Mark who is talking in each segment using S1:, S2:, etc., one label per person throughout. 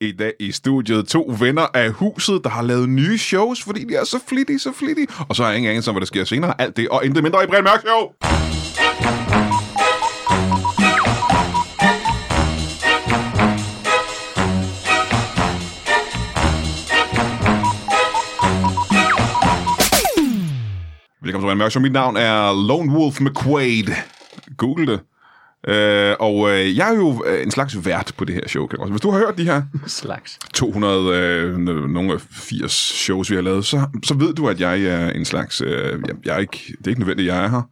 S1: I dag i studiet to venner af huset, der har lavet nye shows, fordi de er så flittige, så flittige. Og så har jeg ingen anelse om, hvad der sker senere. Alt det og intet mindre i Brian Mørk Show. Velkommen til Brian Mørk Show. Mit navn er Lone Wolf McQuaid. Google det. Øh, og øh, jeg er jo øh, en slags vært på det her show. Kan jeg godt sige. Hvis du har hørt de her
S2: slags.
S1: 200, øh, n- nogle af 80 shows, vi har lavet, så, så ved du, at jeg er en slags... Øh, jeg, jeg er ikke, det er ikke nødvendigt, at jeg er her.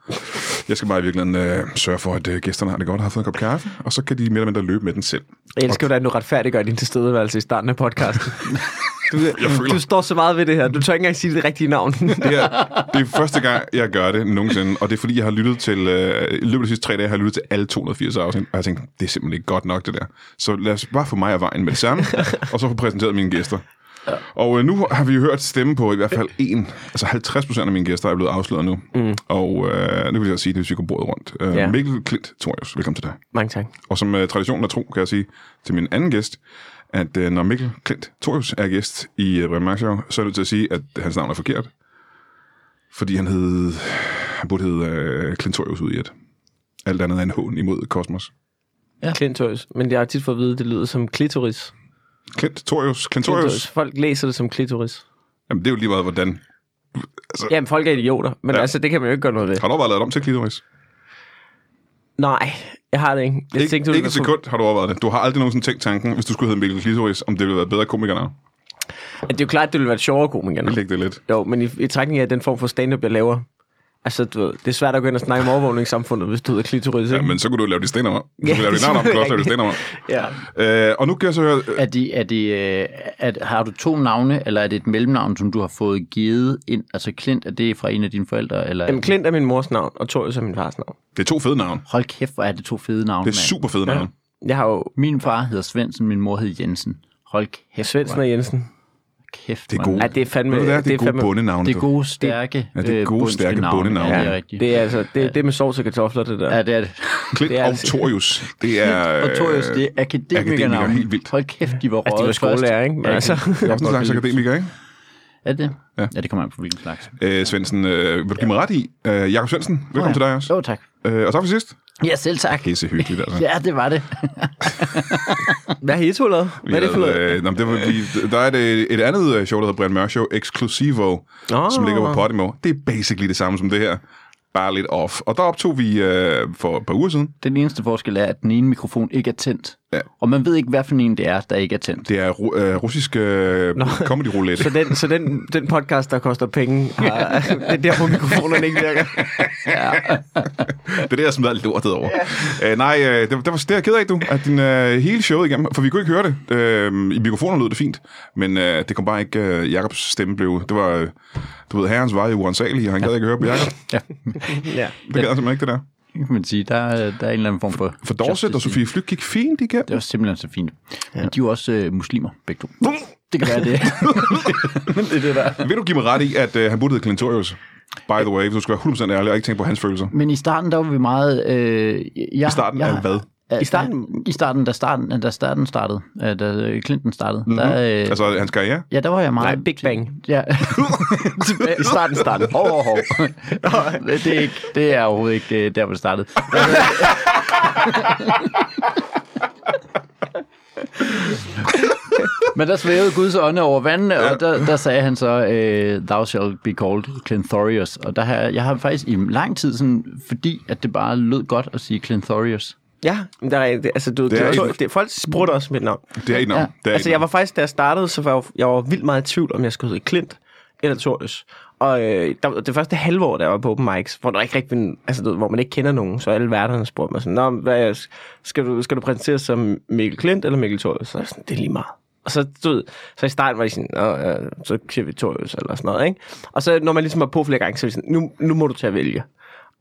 S1: Jeg skal bare i virkeligheden øh, sørge for, at øh, gæsterne har det godt og har fået en kop kaffe, og så kan de mere eller mindre løbe med den selv.
S2: Jeg elsker, hvordan du retfærdiggør din tilstedeværelse i starten af podcasten. Du,
S1: føler-
S2: du står så meget ved det her. Du tør ikke engang sige det rigtige navn.
S1: Det er, det er første gang, jeg gør det nogensinde, og det er fordi, jeg har lyttet til, øh, i løbet af de sidste tre dage, har jeg lyttet til alle 280 afsnit, og jeg har tænkt, det er simpelthen ikke godt nok, det der. Så lad os bare få mig af vejen med det samme, og så få præsenteret mine gæster. Og øh, nu har vi jo hørt stemme på i hvert fald en, altså 50 procent af mine gæster er blevet afsløret nu. Mm. Og øh, nu vil jeg sige, det er, hvis vi går bordet rundt. Øh,
S2: Ja.
S1: Mikkel Klint Torius, velkommen til dig.
S2: Mange tak.
S1: Og som øh, traditionen er tro, kan jeg sige til min anden gæst, at øh, når Mikkel Klint Torius er gæst i øh, Brian Mørk Show, så er jeg nødt til at sige, at hans navn er forkert. Fordi han hed, han burde hedde øh, Klint Torius ud i et. Alt andet er en hån imod Kosmos.
S2: Ja. Klintorius. Men jeg har tit fået at vide, at det lyder som klitoris.
S1: Klint Torius, Klint
S2: klitoris.
S1: Torius.
S2: Folk læser det som klitoris.
S1: Jamen det er jo lige meget, hvordan...
S2: Jamen, folk er idioter. Men
S1: Ja.
S2: ja. altså, det kan man jo ikke gøre noget ved.
S1: Har du overvejet at lave det om til klitoris?
S2: Nej, jeg har det ikke. Jeg
S1: Ikke,
S2: tænkte, du
S1: ikke et
S2: ville-
S1: sekund har du overvejet det. Du har aldrig nogensinde tænkt tanken, hvis du skulle hedde Mikkel Klitoris, om det ville være bedre komikernavn.
S2: at Det er jo klart, at det ville være et sjovere komiker.
S1: Vil det ikke det lidt?
S2: Jo, men i, i trækning af den form for stand-up, jeg laver, altså, du ved, det er svært at gå ind og snakke om overvågningssamfundet, hvis du hedder klitoris, ikke?
S1: Ja, men så kunne du lave dit stand om. Du
S2: Ja,
S1: kunne lave dit
S2: det
S1: navn om,
S2: er
S1: du kunne også lave dit stand om.
S2: ja.
S1: Øh, og nu kan jeg så høre...
S3: Er de, er de, øh, at, har du to navne, eller er det et mellemnavn, som du har fået givet ind? Altså Klint, er det fra en af dine forældre? Eller?
S2: Jamen, Klint er min mors navn, og Torius er min fars navn.
S1: Det er to fede navne.
S3: Hold kæft, hvor er det to fede navne,
S1: Det
S3: mand.
S1: er super fede navne.
S2: Jeg har jo
S3: Min far hedder Svendsen, min mor hed Jensen. Hold kæft,
S2: Svendsen
S3: hvor
S2: og Jensen.
S3: kæft,
S1: Det er
S3: hvor
S1: gode.
S2: Ja, det er fandme...
S1: Ved du hvad, det er gode
S2: fandme,
S1: bundenavne.
S3: det er
S1: du.
S3: gode, stærke,
S1: Ja, det er
S3: øh,
S1: gode,
S3: bundske
S1: stærke bundenavne.
S3: Ja, det
S1: Ja.
S3: er rigtigt.
S2: Det er altså... Det, det er med sovs og kartofler, det der.
S3: Ja, det er det.
S1: Klint
S2: det er
S1: og
S2: altså-
S1: Torius. Det er... øh,
S3: og Torius, det er
S1: akademikere,
S3: akademikernavn.
S1: helt vildt.
S3: Hold kæft, de var røget
S2: øh, Altså, de var skolelærer, ikke? Men altså...
S1: Det er også en slags akademiker, ikke?
S3: Er det?
S1: Ja.
S3: Ja. ja, det kommer an på hvilken slags.
S1: Øh, Svendsen, øh, vil du give mig ret i? Øh, Jakob Svendsen, velkommen
S3: ja.
S1: til dig også.
S3: Jo, tak.
S1: Øh, og tak for sidst.
S3: Ja, selv tak.
S1: Pisse hyggeligt, altså.
S3: Ja, det var det.
S2: Hvad har I to lavet? Hvad er det for noget?
S1: Øh, nå, men det var, vi, der er et, et andet øh, show, der hedder Brian Mørk Show, Exclusivo, oh. som ligger på Podimo. Det er basically det samme som det her. Bare lidt off. Og der optog vi øh, for et par uger siden.
S3: Den eneste forskel er, at den ene mikrofon ikke er tændt.
S1: Ja.
S3: Og man ved ikke, hvad for en det er, der ikke er tændt.
S1: Det er ru- øh, russisk øh, comedy roulette.
S2: Så, den, så den, den podcast, der koster penge, har, det er der, hvor mikrofonerne ikke virker.
S1: Det er det, jeg smed alt lortet over. Yeah. Øh, nej, øh, det, det, var, det er jeg ked af, du. At din, øh, hele showet igennem, for vi kunne ikke høre det. Øh, I mikrofonen lød det fint, men øh, det kom bare ikke... Øh, Jakobs stemme blev... Det var... Øh, du ved, herrens var jo uansagelig, og han gad ikke høre på Jakob.
S3: Ja,
S2: Ja.
S1: Det gad han simpelthen ikke, det der.
S3: det kan man sige. Der, er- der er en eller anden form for...
S1: For Dorset og Sofie Flygt gik fint igennem.
S3: Det var simpelthen så fint. Ja. Men de er jo også øh, muslimer, begge to. Det kan være det. det er det der.
S1: Vil du give mig ret i, at øh, han burde hedde Clintorius? By the way, hvis du skal være 100% ærlig og ikke tænke på hans følelser.
S3: Men i starten, der var vi meget... Øh, jeg,
S1: I starten
S3: jeg,
S1: af hvad?
S2: starten?
S3: I starten, I starten, da starten, da starten startede, øh, da øh, Clinton startede, mm-hmm. der, øh,
S1: Altså hans karriere?
S3: ja, der var jeg
S2: Nej,
S3: meget...
S2: Big Bang.
S3: Ja. Tilbage- I starten, starten. Hov, hov, hov. det, er ikke, det er overhovedet ikke øh, der, hvor det startede. Men der svævede Guds ånde over vandene, og der, der sagde han så, øh, thou shall be called Clinthorius. Og der har, jeg har faktisk i lang tid, sådan, fordi at det bare lød godt at sige Clinthorius.
S2: Ja, men der er, det, altså, du, det
S1: er
S2: er
S1: ikke-
S2: det, folk sprutter også mit navn.
S1: Det er ikke noget.
S3: Ja.
S1: Det er
S2: Altså,
S1: ikke
S2: jeg var
S1: noget.
S2: faktisk, da jeg startede, så var jeg, jo- jeg var vildt meget i tvivl, om jeg skulle hedde Klint eller Torius. Og øh, der, det første halve år, der jeg var på open mics, hvor, der ikke rigtig, altså, du ved, hvor man ikke kender nogen, så alle værterne spurgte mig sådan, Nå, hvad, er- skal, du, skal du præsentere som Mikkel Klint eller Mikkel Torius? Så er jeg sådan, det er lige meget. Og så, du ved, så i starten var de sådan, Nå, ja, så siger vi Torius eller sådan noget, ikke? Og så når man ligesom var på flere gange, så er de sådan, nu, nu må du tage at vælge.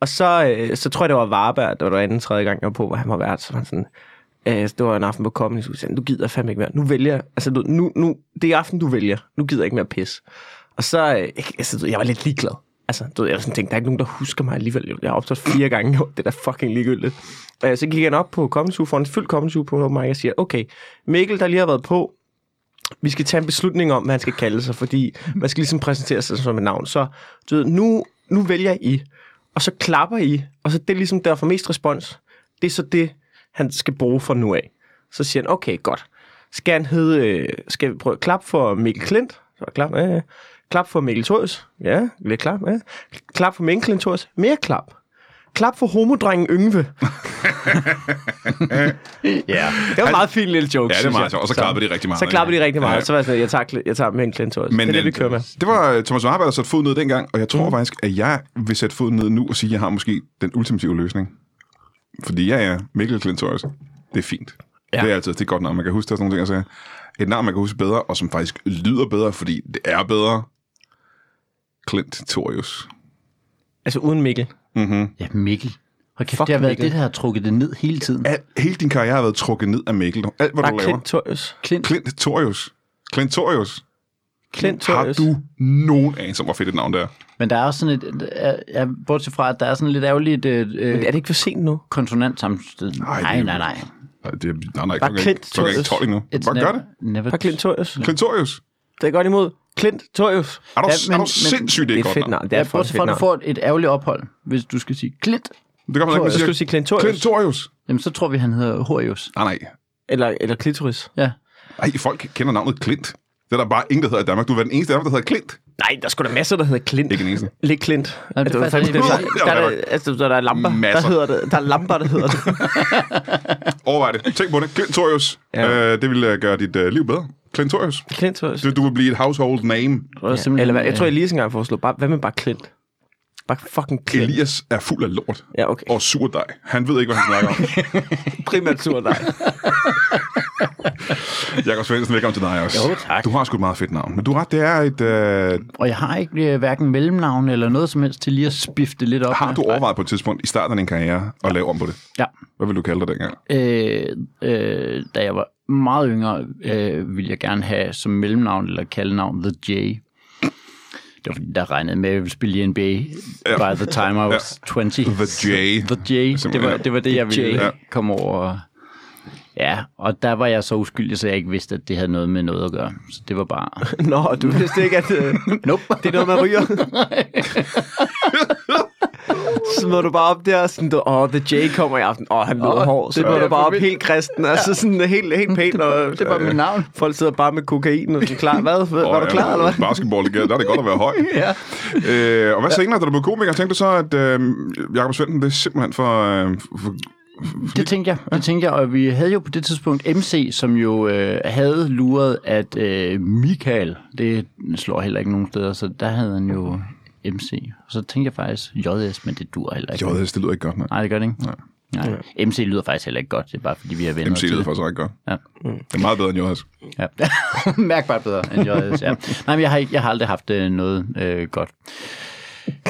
S2: Og så, øh, så tror jeg, det var Varberg, der var der anden tredje gang, jeg var på, hvor han var vært, så var han sådan, øh, det var en aften på Comedy Zoo, så sagde han, nu gider jeg fandme ikke mere, nu vælger jeg. altså du, nu, nu, det er aften, du vælger, nu gider jeg ikke mere pis. Og så, øh, ikke- altså, du, ved, jeg var lidt ligeglad. Altså, du, ved, jeg var sådan tænkte, der er ikke nogen, der husker mig alligevel. Jeg har optrådt fire gange, jo, det er da fucking ligegyldigt. Øh, så gik han op på Comedy Zoo, foran et fyldt Comedy Zoo på mig, og siger, okay, Mikkel, der lige har været på, vi skal tage en beslutning om, hvad han skal kalde sig, fordi man skal ligesom præsentere sig som et navn. Så du ved, nu, nu vælger I, og så klapper I, og så det er ligesom, der får mest respons. Det er så det, han skal bruge fra nu af. Så siger han, okay, godt. Skal han hedde, øh, skal vi prøve at klappe for Mikkel Klint? Så klap, ja, ja. Klap for Mikkel Thors. Ja, lidt klap, ja. Klap for Mikkel Klint Thors. Mere klap. Klap for homodrengen Yngve.
S3: Ja.
S2: Det var en meget fin lille joke,
S1: Ja, det er
S2: synes
S1: meget
S2: jeg.
S1: sjovt, og så klappede de rigtig meget,
S2: Så klappede de
S1: ikke?
S2: rigtig meget.
S1: Ja.
S2: Så var jeg sådan, jeg tager, Kl- jeg tager Mikkel Klint Thors. Men, det er det, vi
S1: øh,
S2: kører med.
S1: Det var øh, Thomas Warberg, der satte fod ned dengang, og jeg tror mm. faktisk, at jeg vil sætte fod ned nu og sige, at jeg har måske den ultimative løsning. Fordi jeg er Mikkel Klintorius. Det er fint. Ja. Det er altid det er et godt navn, man kan huske. Der er sådan nogle ting, jeg sagde. Et navn, man kan huske bedre, og som faktisk lyder bedre, fordi det er bedre. Clint Torius.
S2: Altså uden Mikkel.
S3: Ja, Mikkel. Hold kæft,
S2: Fuck
S3: det har været
S2: Mikkel.
S3: det, der har trukket det ned hele tiden.
S1: Al- Hele din karriere har været trukket ned af Mikkel. Alt, hvad
S2: Der
S1: du laver.
S2: er Ah, Klint Thors.
S3: Klint.
S1: Clint Torius. Clint Torius.
S2: Klint
S1: Har
S2: Thorius.
S1: du nogen anelse om, hvor fedt et navn det er?
S3: Men der er også sådan et, ja, bortset fra, at der er sådan lidt ærgerligt øh,
S2: Er
S3: øh,
S2: det ikke for sent nu?
S3: konsonant sammenstød.
S1: Nej,
S3: Nej,
S1: det
S3: nej,
S1: er-
S3: nej, nej.
S1: Nej, det er, nej, nej,
S2: Bare
S1: klokken er
S2: Clint
S1: ikke- klokken er ikke
S2: Torius.
S1: 12 endnu. Bare gør det.
S3: Never,
S2: Bare Klint Thorius.
S1: Clint Torius.
S2: Det er godt imod. Klint Thorius.
S1: Er du,
S3: Ja,
S1: er
S3: men-
S1: du
S3: men-
S1: sindssygt, det er, et
S2: Det er
S1: godt
S2: fedt
S1: navn.
S2: navn. Det
S3: det
S2: er
S3: er
S2: et
S3: ja, bortset
S2: fucking
S3: fra, at
S2: fedt
S3: du
S2: navn.
S3: får et ærgerligt ophold, hvis du skal sige Klint.
S1: Det kan man ikke,
S2: Jeg
S1: hvis
S2: skulle
S1: jeg
S2: sige Klint Thorius.
S1: Klintorius. Ah,
S3: Jamen, så tror vi, han hedder Horius.
S1: Nej, nej.
S2: Eller, eller klitoris.
S3: Ja.
S1: Ej, folk kender navnet Klint. Det er der bare ingen, der hedder i Danmark. Du er den eneste af dem, der hedder Klint.
S2: Nej, der er sgu da masser, der hedder Klint.
S1: Ikke den eneste.
S2: Lidt Klint.
S3: det er
S2: Altså,
S3: faktisk
S2: faktisk-
S3: lidt-
S2: der, der, der, altså, der, der er lamper,
S1: Masser.
S2: der, hedder det, der er lamper, der hedder det.
S1: Overvej det. Tænk på det. Klintorius.
S2: Ja.
S1: Ja. Øh, det vil øh, gøre dit øh, liv bedre. Klintorius.
S2: Klint Thorius.
S1: Du, du vil blive et household name.
S3: Ja,
S2: Ja, eller hvad? Jeg tror, jeg lige engang foreslår. Bare, hvad med bare Klint? Bare fucking Klint.
S1: Elias er fuld af lort.
S2: Ja, okay.
S1: Og sur dig. Han ved ikke, hvad han snakker om.
S2: Primært sur dig.
S1: Jakob Svendsen, velkommen til dig også.
S3: Jo, tak.
S1: Du har sgu et meget fedt navn. Men du har ret, det er et... Øh,
S3: Og jeg har ikke øh, hverken mellemnavn eller noget som helst til lige at spifte lidt op.
S1: har
S3: med.
S1: du overvejet på et tidspunkt i starten af din karriere at lave om på det?
S3: Ja.
S1: Hvad vil du kalde dig dengang?
S3: Øh, øh, da jeg var meget yngre, øh, ville jeg gerne have som mellemnavn eller kaldenavn The J. Det var fordi, der regnede med, at jeg ville spille i NBA by the time I was 20.
S1: The J.
S3: The J. Det var, det var det, jeg
S2: The J.
S3: ville
S1: Ja.
S3: komme over. Ja, og der var jeg så uskyldig, så jeg ikke vidste, at det havde noget med noget at gøre. Så det var bare...
S2: Nå, du vidste ikke, at øh,
S3: Nope.
S2: det er noget, man ryger. Smider du bare op der, sådan, du, åh, The J kommer i aften. Åh, han lyder
S3: Åh,
S2: hård. Så
S3: det
S2: går
S3: var
S2: du bare op
S3: forvildt.
S2: helt kristen, altså sådan helt, helt pænt. Og, øh,
S3: Det var mit navn.
S2: Folk sidder bare med kokain og sådan klar. Hvad? Var
S1: Åh,
S2: du
S1: ja,
S2: klar, eller hvad?
S1: øh, Basketball, igen. der er det godt at være høj. ja. øh, og hvad senere, da du blev komiker, tænkte du så, at øh, Jakob Svendsen, det er simpelthen for... Øh, for
S3: Det tænkte jeg, det tænkte jeg, og vi havde jo på det tidspunkt MC, som jo øh, havde luret, at øh, Michael, det slår heller ikke nogen steder, så der havde han jo MC. Og så tænkte jeg faktisk JS, men det dur heller ikke.
S1: JHS, det lyder ikke godt, nej.
S3: Nej, det gør det ikke. Nej. Nej. MC lyder faktisk heller ikke godt, det er bare fordi, vi har vendt
S1: MC lyder faktisk ikke godt.
S3: Ja.
S1: Det er meget bedre end JHS.
S3: Ja. Mærkbart bedre end JS, ja. Nej, men jeg har, ikke, jeg har aldrig haft øh, noget øh, godt.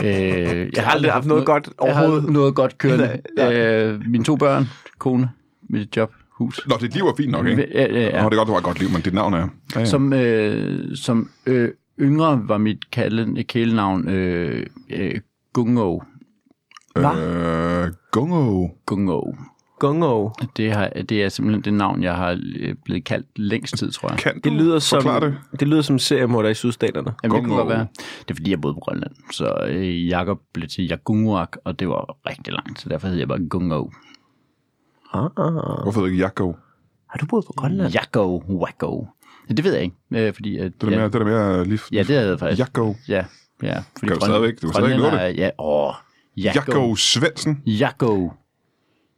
S3: Øh, jeg
S2: Jeg har aldrig haft noget godt
S3: Jeg
S2: overhovedet.
S3: har noget godt kørende.
S2: Nej,
S3: Øh, mine to børn, kone, mit job, hus.
S1: Nå, dit liv er fint nok, ikke?
S3: Ja, ja, ja.
S1: Nå, det er godt, du har et godt liv, men dit navn er... Ja, ja.
S3: Som, øh, som øh, yngre var mit kalde, kælenavn øh, øh, Gungo.
S1: øh, Gungo.
S3: Gungo.
S2: Gungo.
S3: Det, har, det er simpelthen det navn, jeg har øh, blevet kaldt længst tid, tror jeg.
S1: Kan du
S2: Det lyder som,
S1: forklare det?
S2: det lyder som seriemorder i sydstaterne.
S3: Jamen, det
S1: Gungo.
S3: kunne godt være. Det er fordi, jeg boede på Grønland. Så øh, Jakob blev til Jagunguak, og det var rigtig langt, så derfor hed jeg bare Gungo.
S2: Ah, ah.
S1: Hvorfor hedder det ikke Jakko?
S2: Har du boet på Grønland?
S3: Jakko, Wacko. Det ved jeg ikke, øh, fordi... At,
S1: Det er det mere,
S3: ja,
S1: det er det mere liv.
S3: ja, det havde jeg faktisk.
S1: Jakko.
S3: Ja, ja. Fordi
S1: Kan du
S3: Grøn-
S1: stadigvæk- du kan stadigvæk nå det?
S3: Grønlændere- Ja, åh.
S1: Jakko Svendsen.
S3: Jakko.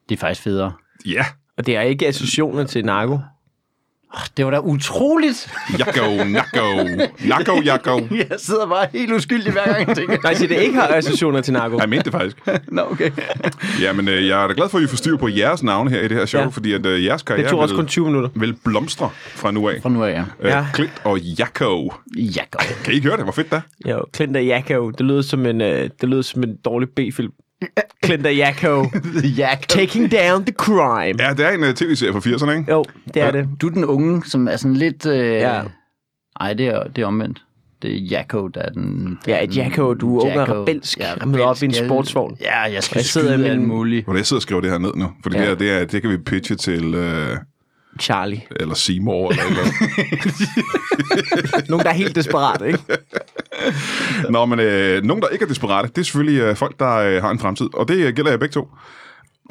S3: Det er faktisk federe.
S1: Ja.
S2: Og det er ikke associationer til narko.
S3: Ah, Det var da utroligt.
S1: Jakko, Nakko. Nakko, Jakko.
S3: Jeg sidder bare helt uskyldig hver gang, jeg tænker.
S2: Nej, jeg siger, det ikke har associationer til narko.
S1: Jeg mente det faktisk.
S3: Nå, okay.
S1: Jamen, øh, jeg er da glad for, at I får styr på jeres navne her i det her show, ja.
S2: Ja.
S1: fordi at øh, jeres
S2: Det
S1: karriere
S2: tog også kun
S1: vil,
S2: 20 minutter.
S1: vil blomstre fra nu af.
S3: Fra nu af, ja.
S1: Ja.
S2: Ja.
S1: Øh, Klint og Jakko.
S3: Jakko.
S1: Kan I ikke høre det? Hvor fedt det er.
S2: Jo, Clint og Jacko. Det lyder som en, øh, det lyder som en dårlig B-film. Clint og Jacko.
S3: Jakko.
S2: Taking down the crime.
S1: Ja, det er en uh, tv-serie fra 80'erne, ikke?
S2: Jo, det er det.
S3: Du er den unge, som er sådan lidt... Øh...
S2: Ja.
S3: Ej, det er, det er omvendt. Det er Jakko, der er den...
S2: Ja, et Jacko, du er ung og rebelsk. Jeg møder op i en
S3: rebelsk.
S2: sportsvogn.
S3: Ja, jeg skal
S2: Jeg sidder i
S3: skyde alt
S2: min-
S3: muligt.
S1: Hvor jeg sidder og skriver det her ned nu. For det, ja.
S3: Ja.
S1: her, det, er, det kan vi pitche til... Uh,
S2: Charlie.
S1: Eller Seymour, eller, et eller andet.
S2: Nogen, der er helt desperat, ikke?
S1: Nå, men øh, nogen, der ikke er desperate, det er selvfølgelig øh, folk, der øh, har en fremtid. Og det øh, gælder jeg begge to.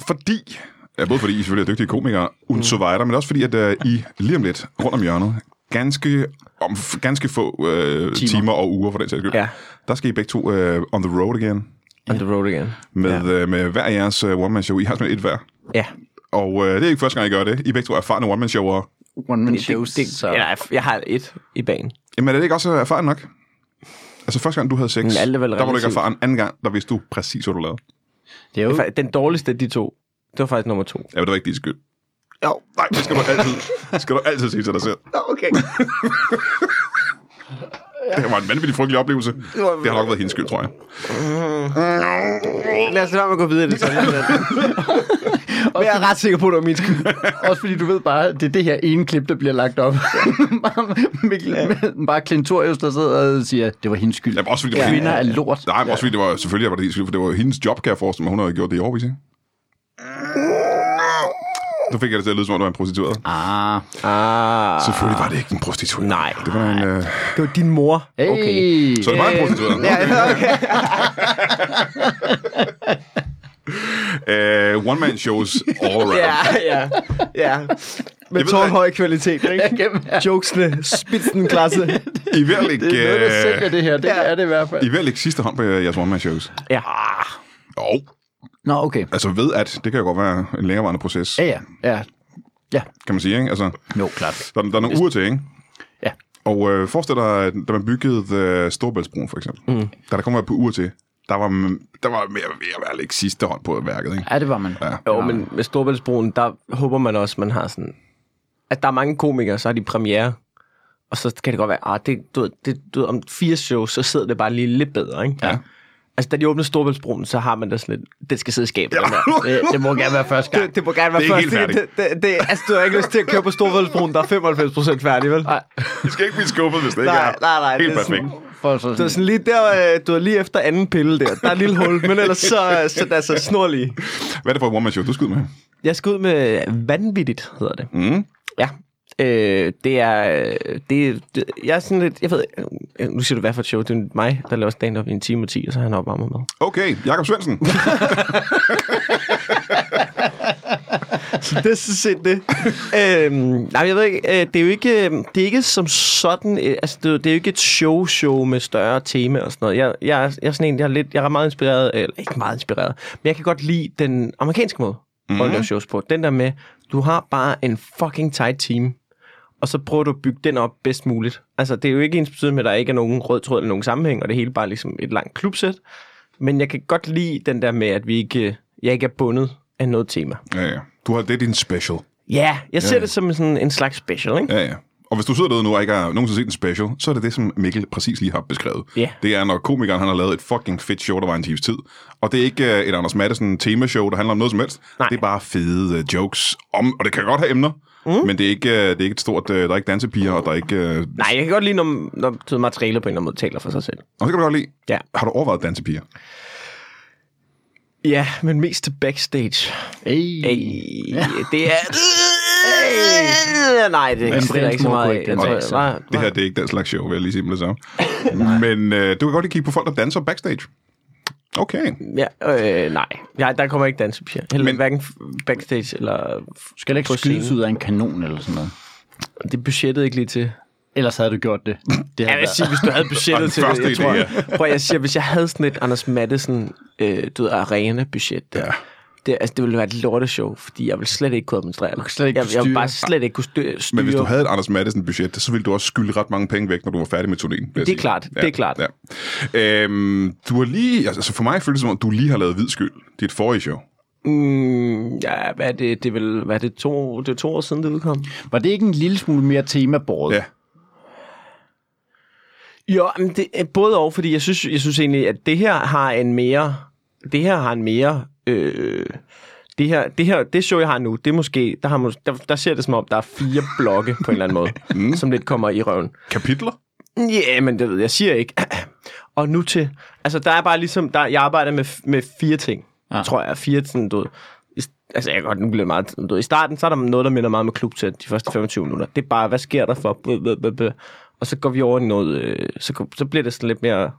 S1: Fordi, ja, både fordi I selvfølgelig er dygtige komikere, und so weiter, men også fordi, at øh, I lige om lidt, rundt om hjørnet, ganske, om f- ganske få øh, timer.
S3: Timer.
S1: timer og uger for den sags skyld,
S2: Ja.
S1: der skal I begge to øh, on the road igen
S2: On the road again.
S1: med, ja. øh, med hver jeres øh, one-man-show. I har simpelthen et hver.
S2: Ja.
S1: Og øh, det er ikke første gang, I gør det. I er begge to er erfarne one-man-showere.
S3: One man
S2: Det,
S3: shows.
S2: det, det,
S3: så.
S2: så... jeg, jeg har et i banen.
S1: Jamen er det ikke også erfaren nok? Altså første gang, du havde sex,
S2: Men alt er vel
S1: der var du ikke
S2: relativt.
S1: erfaren. Anden gang, der vidste du præcis, hvad du lavede.
S3: det er jo
S2: Det er fa- Den dårligste af de to, det var faktisk nummer to.
S1: Ja, men det var ikke din skyld. Jo. Nej, det skal du altid, skal du altid sige til dig selv.
S2: Okay.
S1: Det var en vanvittig frygtelig oplevelse. Det har nok været hendes skyld, tror jeg.
S2: Lad os lade være med at gå videre i det. sådan. Men jeg er ret sikker på, at det var min skyld.
S3: Også fordi du ved bare, det er det her ene klip, der bliver lagt op. Bare Mikkel, bare Klintorius, der sidder og siger, det var hendes skyld.
S1: Jamen, også fordi det var
S3: Kvinder
S1: hende-
S3: er lort.
S1: Nej, men også fordi det var, selvfølgelig var det hendes skyld, for det var jo hendes job, kan jeg forestille mig. Hun havde gjort det i årvis, ikke? Nu fik jeg det til at lyde, som om du var en prostitueret.
S3: Ah,
S2: Ah,
S1: Selvfølgelig var det ikke en prostitueret.
S2: nej.
S1: Det var en... Øh...
S2: Det var din mor.
S3: hey.
S2: Okay.
S1: Så det var en prostitueret.
S2: Ja, okay.
S1: Uh, One-man-shows all around.
S2: ja, ja, ja.
S1: ved
S2: Med tårnhøj kvalitet, ikke?
S3: Gennem her.
S2: Jokesene, spidsenklasse.
S1: I er ved at lægge,
S3: Det er noget, der sælger
S1: øh,
S3: det her. Det
S2: Ja.
S3: er det i hvert fald.
S1: I er ved at lægge sidste hånd på jeres one-man-shows.
S2: Ja.
S1: Jo,
S3: Nå, okay.
S1: altså ved at, det kan jo godt være en længerevarende proces,
S3: Ja, ja. ja. Ja,
S1: kan man sige, ikke? Altså,
S3: jo, klart.
S1: Der, er- der er nogle uger til, ikke?
S3: Ja.
S1: Og øh, forestil dig, at da man byggede øh, Storbæltsbroen, for eksempel. Mm. Da der kom et par uger til, der var, m- der var mere ved at være lægge sidste hånd på værket, ikke?
S3: Ja, det var man.
S1: Ja.
S2: Jo, men med Storbæltsbroen, der håber man også, man har sådan... At der er mange komikere, så har de premiere. Og så kan det godt være, at det, du, ved, det, du, ved, om fire shows, så sidder det bare lige lidt bedre, ikke?
S1: Ja.
S2: Altså, da de åbner Storbæltsbroen, så har man da sådan lidt... Det skal sidde i skabet, ja. den her.
S3: Det, det må gerne være første gang.
S2: Det, det må gerne være
S1: Det er
S2: først.
S1: ikke helt
S2: det, det, det, altså, du har ikke lyst til at køre på Storvældsbroen, der er 95 procent færdig, vel?
S3: Nej,
S1: I skal ikke blive skuffet, hvis det ikke
S2: Nej,
S1: er
S2: nej, nej,
S1: helt
S2: det er sådan-
S1: perfekt.
S3: for så
S2: Det er
S3: sådan,
S2: sådan lige der, øh, du er lige efter anden pille der. Der er et lille hul, men ellers så, så er det altså snorlig.
S1: Hvad er det for et one-man-show, du skyder med?
S2: Jeg skal ud med vanvittigt, hedder det.
S1: Mm.
S2: Ja. Øh, det er... øh, Det, det, jeg er sådan lidt... Jeg ved... øh, Nu siger du, hvad for et show? Det er mig, der laver stand-up i en time og 10, og så har han opvarmet med.
S1: Okay, Jakob Svendsen.
S2: Så det er sådan set det. øhm, nej, jeg ved ikke, øh, det er jo ikke, øh, det er ikke som sådan, øh, altså det, er jo- det er jo ikke et show-show med større tema og sådan noget. Jeg, jeg, er- jeg er sådan en, jeg er, lidt, jeg er meget inspireret, øh, eller ikke meget inspireret, men jeg kan godt lide den amerikanske måde mm. at lave shows på. Den der med, du har bare en fucking tight team, og så prøver du at bygge den op bedst muligt. Altså det er jo ikke ens betydning med, at der ikke er nogen rød tråd eller nogen sammenhæng, og det hele bare er ligesom et langt klubsæt. Men jeg kan godt lide den der med, at vi ikke, øh, jeg ikke er bundet af noget tema.
S1: Ja, ja. Du har, det er din special.
S2: Ja, jeg ser
S1: ja.
S2: det som sådan en slags special, ikke?
S1: Ja, ja. Og hvis du sidder derude nu og ikke har nogensinde set en special, så er det det, som Mikkel præcis lige har beskrevet.
S2: Ja.
S1: Det er, når komikeren han har lavet et fucking fedt show, der var en times tid. Og det er ikke øh, et Anders Madsen temashow, der handler om noget som helst.
S2: Nej.
S1: Det er bare fede øh, jokes om, og det kan godt have emner, mm. men det er, ikke, øh, det er ikke et stort, øh, der er ikke dansepiger, og der er ikke... Øh...
S2: Nej, jeg kan godt lide, når, når sådan materialer på en eller anden måde taler for sig selv.
S1: Og så kan du godt lide,
S2: Ja.
S1: har du overvejet dansepiger?
S2: Ja, men mest til backstage.
S3: hey.
S2: Ej, det er... Nej, det, det er der ikke så meget af. Jeg tror, jeg, var,
S1: Det her, det er ikke den slags show, vil jeg lige sige med det samme. men øh, du kan godt lige kigge på folk, der danser backstage. Okay.
S2: Ja, øh, nej. Ja, der kommer ikke dansepiger. Heller
S1: Men-
S2: men, hverken backstage eller...
S3: Skal det ikke
S2: på
S3: skydes
S2: scenen.
S3: ud af en kanon eller sådan noget?
S2: Det er budgettet ikke lige til.
S3: Ellers havde du gjort det.
S2: Ja,
S3: det havde
S2: jeg
S3: været-
S2: siger, hvis du havde
S1: Og den
S2: budgettet til det,
S1: første
S2: jeg tror,
S1: idé,
S2: prøv, at- jeg siger, hvis jeg havde sådan et Anders Madsen, øh, du ved, arena-budget der, det, altså, det ville være et lorteshow, fordi jeg ville slet ikke kunne administrere det.
S3: slet ikke
S2: jeg,
S3: kunne
S2: jeg ville
S3: styre.
S2: bare slet ikke kunne styre. styre.
S1: Men hvis du havde et Anders Madsen budget, så ville du også skylde ret mange penge væk, når du var færdig med turnéen.
S2: Det er klart, det er klart.
S1: Ja. Øhm, du har lige, altså for mig føles det som om, du lige har lavet hvid skyld. Dit forrige show.
S2: Mm, ja, hvad er det? Det, vil, hvad er det, to, det er to år siden, det udkom.
S3: Var det ikke en lille smule mere temabåret?
S1: Ja.
S2: Jo, men det, er både og, fordi jeg synes, jeg synes egentlig, at det her har en mere... Det her har en mere... Øh, det her, det her det show, jeg har nu, det er måske, der, har, mås- der, der ser det som om, der er fire blokke på en eller anden måde, mm. som lidt kommer i røven.
S1: Kapitler?
S2: Ja, yeah, men det ved jeg, jeg siger ikke. og nu til, altså der er bare ligesom, der, jeg arbejder med, med fire ting, ja. tror jeg, fire sådan, du ved, Altså, jeg kan godt, nu bliver det meget... Du, ved, I starten, så er der noget, der minder meget med klub til de første 25 minutter. Det er bare, hvad sker der for... Bøh, bøh, bøh, bøh. Og så går vi over i noget... Øh, så, går- så bliver det sådan lidt mere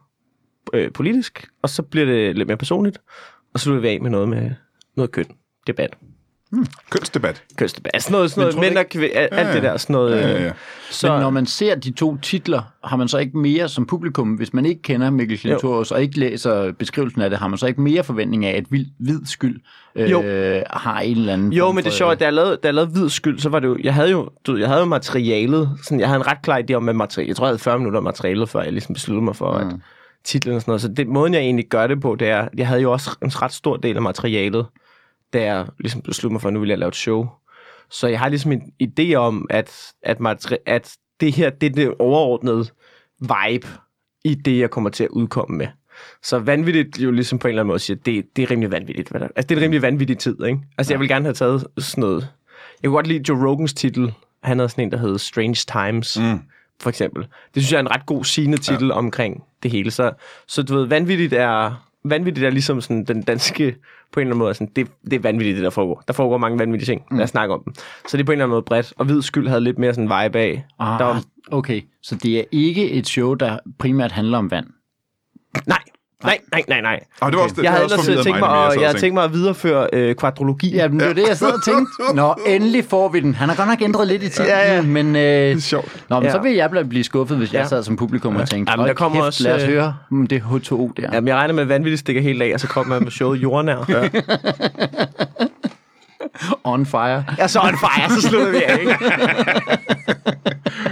S2: øh, politisk, og så bliver det lidt mere personligt, og så slutter vi af med noget med noget køn. Debat.
S1: Kønsdebat. Ah,
S2: Kønsdebat. Altså noget, sådan noget
S3: tror du
S2: mænd og kvinder, alt
S1: ja.
S2: det der. Sådan noget,
S1: Ja,
S2: øh,
S1: ja, ja.
S2: Så,
S3: Men når man ser de to titler, har man så ikke mere som publikum, hvis man ikke kender Mikkel Klintorius og ikke læser beskrivelsen af det, har man så ikke mere forventning af, at vild, hvid skyld øh,
S2: Jo.
S3: har en eller anden...
S2: Jo,
S3: form
S2: men det
S3: for,
S2: er sjovt,
S3: øh,
S2: at da jeg lavede, da jeg lavede hvid skyld, så var det jo, jeg havde jo, du, ved, jeg havde jo materialet, sådan, jeg havde en ret klar idé om, hvad materiale, jeg tror, jeg havde 40 minutter om materialet, før jeg ligesom besluttede mig for, mm. at titlen og sådan noget, så det, måden, jeg egentlig gør det på, det er, jeg havde jo også en ret stor del af materialet, da jeg ligesom besluttede mig for, at nu vil jeg lave et show. Så jeg har ligesom en idé om, at, at, materi- at det her, det er det overordnede vibe i det, jeg kommer til at udkomme med. Så vanvittigt jo ligesom på en eller anden måde siger, det, det er rimelig vanvittigt. Hvad der, altså det er en rimelig vanvittig tid, ikke? Altså jeg vil gerne have taget sådan noget. Jeg kunne godt lide Joe Rogans titel. Han havde sådan en, der hed Strange Times, mm. for eksempel. Det synes jeg er en ret god sigende titel ja. omkring det hele. Så, så du ved, vanvittigt er, vanvittigt er ligesom sådan den danske på en eller anden måde, er sådan, det, det er vanvittigt, det der foregår. Der foregår mange vanvittige ting, mm. lad os snakke om dem. Så det er på en eller anden måde bredt, og hvid skyld havde lidt mere sådan en vibe af.
S3: Ah,
S2: der var,
S3: okay, så det er ikke et show, der primært handler om vand.
S2: nej, nej, nej, nej, nej.
S1: Og det var også det,
S2: jeg havde
S1: det havde også forvirret
S2: ellers tænkt
S1: mig, lidt
S2: mig,
S1: mere,
S2: at,
S1: så
S2: jeg havde
S1: tænkte-
S2: tænkt mig at videreføre øh, kvadrologi.
S3: Ja, men det var det, jeg sad og tænkte. Nå, endelig får vi den. Han har godt nok ændret lidt i titlen, ja, ja. men... Øh,
S1: Sjovt.
S3: Nå, men
S2: Ja.
S3: ja. så vil jeg bl- blive skuffet, hvis ja.
S2: Ja.
S3: jeg sad som publikum og tænkte,
S2: Ja, men der
S3: "Hold
S2: kommer
S3: kæft,
S2: også,
S3: lad os
S2: øh,
S3: høre mm, det H2O der.
S2: Jamen, jeg regner med, at vanvittigt stikker helt af, og så kommer jeg med showet jordnær. Ja.
S3: On fire.
S2: Jeg er så on fire, så slutter vi af, ikke?